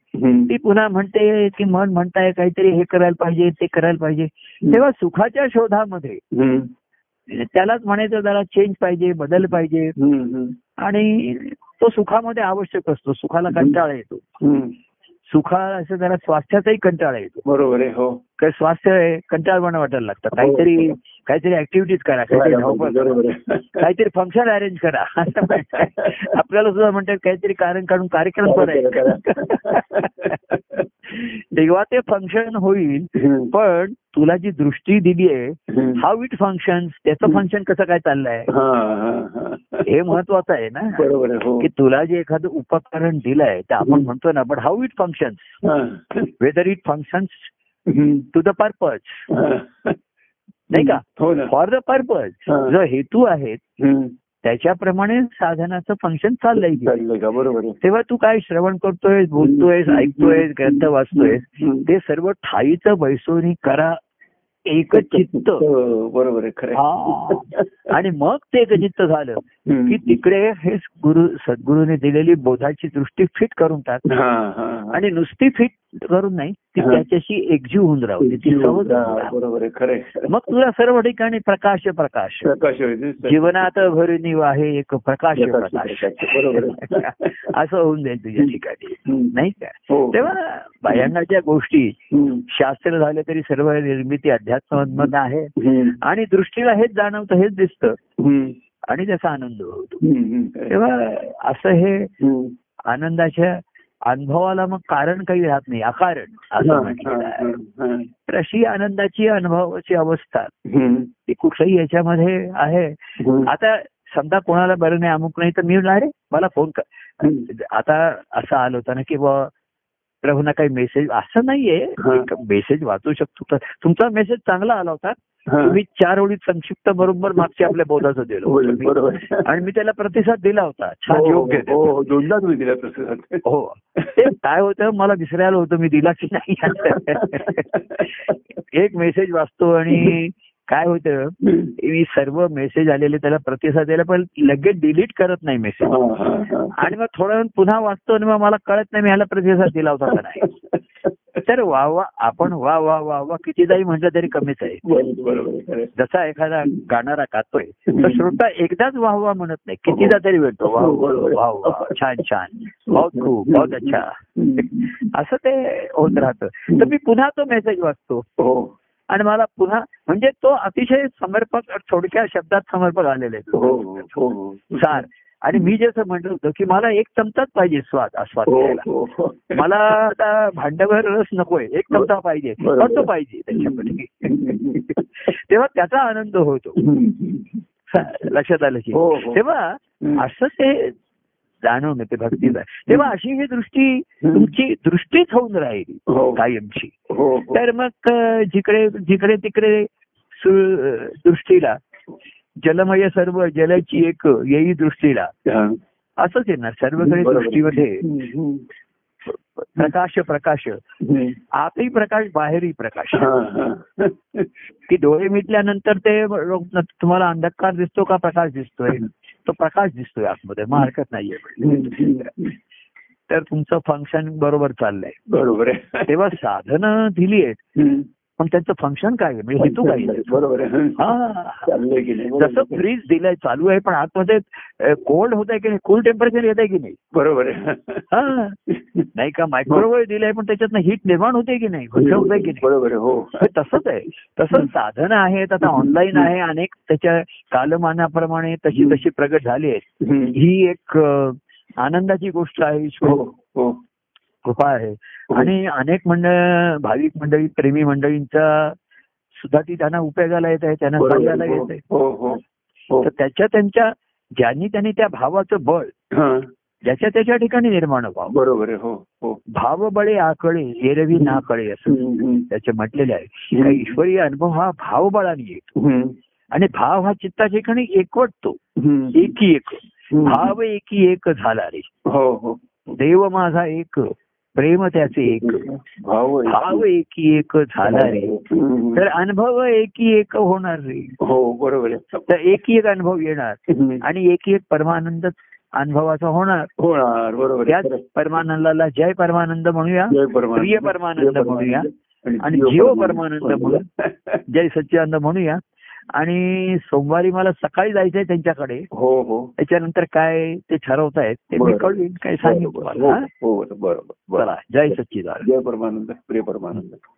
Speaker 2: ती पुन्हा म्हणते की मन म्हणताय काहीतरी हे करायला पाहिजे ते करायला पाहिजे तेव्हा सुखाच्या शोधामध्ये त्यालाच म्हणायचं त्याला चेंज पाहिजे बदल पाहिजे आणि तो सुखामध्ये आवश्यक असतो सुखाला
Speaker 1: हम्म.
Speaker 2: कंटाळा येतो सुखा असं जरा स्वास्थ्याचाही कंटाळा येतो
Speaker 1: बरोबर आहे हो
Speaker 2: कारण स्वास्थ्य हे कंटाळवाणं वाटायला लागतं
Speaker 1: हो.
Speaker 2: काहीतरी काहीतरी ऍक्टिव्हिटीज करा काहीतरी धावपळ करा,
Speaker 1: बरोबर आहे
Speaker 2: काहीतरी फंक्शन अरेंज करा असं म्हणतात. आपल्याला सुद्धा म्हणतात काहीतरी कारण काढून कार्यक्रम
Speaker 1: हो,
Speaker 2: करायचा तेव्हा ते फंक्शन होईल पण तुला जी दृष्टी दिली आहे हाऊ इट फंक्शन त्याचं
Speaker 1: हम्म.
Speaker 2: फंक्शन कसं काय चाललंय
Speaker 1: हा, हा, हा.
Speaker 2: हे महत्वाचं आहे ना
Speaker 1: बरोबर आहे हो
Speaker 2: की तुला जे एखादं उपकरण दिलंय ते आपण
Speaker 1: हम्म.
Speaker 2: म्हणतो ना पण हाऊ इट फंक्शन
Speaker 1: हा.
Speaker 2: वेदर इट फंक्शन
Speaker 1: हम्म.
Speaker 2: टू द पर्पज
Speaker 1: हा.
Speaker 2: नाही का
Speaker 1: हो ना
Speaker 2: फॉर द पर्पज
Speaker 1: हा.
Speaker 2: जो हेतू आहे
Speaker 1: हम्म.
Speaker 2: त्याच्याप्रमाणे साधनाचं फंक्शन चाललंय इथे.
Speaker 1: चाललंय का बरोबर आहे
Speaker 2: तेव्हा तू काय श्रवण करतोय बोलतोयस
Speaker 1: हम्म.
Speaker 2: ऐकतोयस ग्रंथ वाचतोयस
Speaker 1: हम्म.
Speaker 2: ते सर्व ठाईचं बैसोनी करा एकचित्त
Speaker 1: हो, बरोबर आहे खरं
Speaker 2: हा.
Speaker 1: आहे.
Speaker 2: आणि मग ते एकचित्त झालं
Speaker 1: हम्म.
Speaker 2: की तिकडे हे गुरु सद्गुरूने दिलेली बोधाची दृष्टी फिट करून टाक
Speaker 1: हा, हा, हा.
Speaker 2: आणि नुसती फिट करून नाही ती
Speaker 1: हा.
Speaker 2: त्याच्याशी एकजीव होऊन राहू दे, ती सहज होऊन राहू.
Speaker 1: बरोबर आहे खरं आहे.
Speaker 2: मग तुला सर्व ठिकाणी प्रकाश प्रकाश
Speaker 1: प्रकाश होईल.
Speaker 2: जीवनात भरनिव आहे एक प्रकाश
Speaker 1: प्रकाश,
Speaker 2: प्रकाश
Speaker 1: प्रकाश. बरोबर आहे.
Speaker 2: असं होऊन जाईल तुझ्या ठिकाणी
Speaker 1: हम्म.
Speaker 2: नाही का
Speaker 1: हो.
Speaker 2: तेव्हा भयंगाच्या गोष्टी
Speaker 1: हम्म.
Speaker 2: शास्त्र झालं तरी सर्व निर्मिती अध्यात्मामधनं आहे
Speaker 1: हम्म.
Speaker 2: आणि दृष्टीला हेच जाणवतं हेच दिसतं
Speaker 1: हम्म.
Speaker 2: आणि त्याचा आनंद होतो
Speaker 1: हम्म.
Speaker 2: तेव्हा असं हे
Speaker 1: हम्म.
Speaker 2: आनंदाच्या अनुभवाला मग कारण काही राहत नाही अकारण असं म्हटलेलं
Speaker 1: हा,
Speaker 2: आहे.
Speaker 1: हा, हा.
Speaker 2: तर अशी आनंदाची अनुभवाची अवस्था
Speaker 1: हम्म.
Speaker 2: ती कुठल्याही याच्यामध्ये आहे
Speaker 1: हम्म.
Speaker 2: आता समजा कोणाला बरं नाही अमुक नाही तर मी म्हणणार, अरे मला फोन कर
Speaker 1: हम्म.
Speaker 2: आता असं आलं होतं ना की बा प्रभूना काही मेसेज असं
Speaker 1: हा.
Speaker 2: नाहीये मेसेज वाचू शकतो तर तुमचा मेसेज चांगला आला होता
Speaker 1: हा.
Speaker 2: तुम्ही चार ओळीत संक्षिप्त बरोबर मागच्या आपल्या बोधाचं दिलं
Speaker 1: बोल,
Speaker 2: होतं.
Speaker 1: बरोबर
Speaker 2: आणि मी त्याला प्रतिसाद दिला होता छान
Speaker 1: हो,
Speaker 2: योग्य
Speaker 1: हो, हो, दोनदा तुम्ही दिला प्रसाद
Speaker 2: हो ते काय होतं मला विसरायला होतं मी दिला की नाही एक मेसेज वाचतो आणि काय होतं मी सर्व मेसेज आलेले त्याला प्रतिसाद द्यायला पण लगेच डिलीट करत नाही मेसेज
Speaker 1: हा, हा, हा.
Speaker 2: आणि मग थोडा वेळ पुन्हा वाचतो आणि मग मला कळत नाही मी ह्याला प्रतिसाद दिला होता का नाही तर वा वा आपण वा वा वा वा कितीदाही म्हटलं तरी कमीच आहे
Speaker 1: बरोबर बरोबर आहे, खरं आहे.
Speaker 2: जसा एखादा गाणारा गातोय तर श्रोता एकदाच वाह वाह म्हणत नाही
Speaker 1: हो.
Speaker 2: कितीदा तरी म्हणतो वाह वाह, वाह वाह छान छान बहुत खूप बहुत अच्छा असं ते होत राहतं तर मी पुन्हा तो मेसेज वाचतो
Speaker 1: हो
Speaker 2: आणि मला पुन्हा म्हणजे तो अतिशय समर्पक थोडक्या शब्दात समर्पक आलेले
Speaker 1: हो हो, हो
Speaker 2: सार आणि मी जसं म्हटलं होतं की मला एक चमचाच पाहिजे स्वाद आस्वाद
Speaker 1: हो,
Speaker 2: घ्यायला
Speaker 1: हो, हो.
Speaker 2: मला आता भांड्यावर रस नकोय एक चमचा पाहिजे
Speaker 1: बरोबर.
Speaker 2: पण तो पाहिजे त्याच्यामध्ये तेव्हा त्याचा आनंद होतो लक्षात आलं की
Speaker 1: हो, हो.
Speaker 2: तेव्हा असं ते जाणवणं ते भक्तीला तेव्हा अशी ही दृष्टी तुमची दृष्टीच होऊन राहिली
Speaker 1: हो.
Speaker 2: कायमची
Speaker 1: हो, हो.
Speaker 2: तर मग अ, जिकडे जिकडे तिकडे सु- अ, दृष्टीला जलमय सर्व जलची एक येई दृष्टीला
Speaker 1: हा.
Speaker 2: असंच येणार सर्वकडे
Speaker 1: बरोबर.
Speaker 2: दृष्टीमध्ये
Speaker 1: हम्म,
Speaker 2: प्रकाश प्रकाश
Speaker 1: हम्म.
Speaker 2: आतही प्रकाश बाहेरही प्रकाश
Speaker 1: हा, हा.
Speaker 2: की डोळे मिटल्यानंतर ते रोग- तुम्हाला अंधकार दिसतो का प्रकाश दिसतोय तो प्रकाश दिसतोय आतमध्ये मग हरकत नाहीये
Speaker 1: हम्म.
Speaker 2: तर तुमचं फंक्शन बरोबर चाललंय
Speaker 1: बरोबर आहे
Speaker 2: तेव्हा साधनं दिली आहेत
Speaker 1: हम्म.
Speaker 2: पण त्यांचं फंक्शन काय आहे? म्हणजे हेतू काय आहे?
Speaker 1: बरोबर आहे
Speaker 2: हा
Speaker 1: चाललंय की नाही
Speaker 2: जसं
Speaker 1: बरोबर आहे.
Speaker 2: फ्रीज दिलंय चालू आहे पण आतमध्ये कोल्ड होत आहे की नाही कोल्ड टेम्परेचर येत आहे की नाही
Speaker 1: बरोबर आहे
Speaker 2: हा नाही का मायक्रोवेव्ह दिलंय पण त्याच्यातनं हीट निर्माण होते की नाही घटक होत आहे की नाही
Speaker 1: बरोबर आहे हो
Speaker 2: हे तसंच आहे तसं साधनं आहेत आता ऑनलाईन आहे अनेक त्याच्या कालमानाप्रमाणे तशी तशी प्रगट झाली आहे
Speaker 1: हम्म.
Speaker 2: ही एक अ, आनंदाची गोष्ट आहे
Speaker 1: हो
Speaker 2: ईश्वर
Speaker 1: हो
Speaker 2: कृपा आहे आणि अनेक मंडळ भाविक मंडळी प्रेमी मंडळींचा सुद्धा ती त्यांना उपयोगाला येत आहे त्यांना
Speaker 1: बरोबर
Speaker 2: सांगायला
Speaker 1: आहे.
Speaker 2: येत आहे
Speaker 1: हो हो हो
Speaker 2: तर त्याच्या त्यांच्या ज्यांनी त्यांनी त्या भावाचं बळ
Speaker 1: हा.
Speaker 2: ज्याच्या त्याच्या ठिकाणी निर्माण व्हावं
Speaker 1: बरोबर आहे हो हो
Speaker 2: भाव बळे आकळे एरवी नाकळे असं
Speaker 1: हम्म,
Speaker 2: त्याचे म्हटलेले आहे
Speaker 1: हम्म.
Speaker 2: का ईश्वरी अनुभव हा भावबळाने येतो
Speaker 1: हम्म,
Speaker 2: आणि भाव हा चित्ता ठिकाणी एकवटतो
Speaker 1: हम्म.
Speaker 2: एकी एक
Speaker 1: हम्म.
Speaker 2: भाव एकी एक झाला रे
Speaker 1: हो हो
Speaker 2: देव माझा एक प्रेम त्याचे एक
Speaker 1: भाव आहे.
Speaker 2: भाव एकी एक झाला रे
Speaker 1: हो. हम्म.
Speaker 2: तर अनुभव एकी एक होणार रे
Speaker 1: हो बरोबर आहे
Speaker 2: तर एकी एक अनुभव येणार
Speaker 1: हम्म.
Speaker 2: आणि एकी एक परमानंद अनुभवाचा होणार
Speaker 1: होणार बरोबर
Speaker 2: त्याच
Speaker 1: आहे. खरं.
Speaker 2: परमानंदाला जय परमानंद म्हणूया
Speaker 1: जय परमानंद
Speaker 2: प्रिय परमानंद
Speaker 1: प्रिय
Speaker 2: म्हणूया. आणि
Speaker 1: जीव
Speaker 2: जीव
Speaker 1: परमानंद
Speaker 2: परमानंद जय सच्चिदानंद म्हणूया आणि सोमवारी मला सकाळी जायचंय त्यांच्याकडे
Speaker 1: हो हो
Speaker 2: त्याच्यानंतर काय ते ठरवतायत ते मी
Speaker 1: बरं.
Speaker 2: कळवीन काय सांगेन
Speaker 1: बरोबर.
Speaker 2: तुम्हाला हा?
Speaker 1: हो हो, बरोबर बरोबर
Speaker 2: चला जय सच्चिदानंद
Speaker 1: जय परमानंद प्रिय परमानंद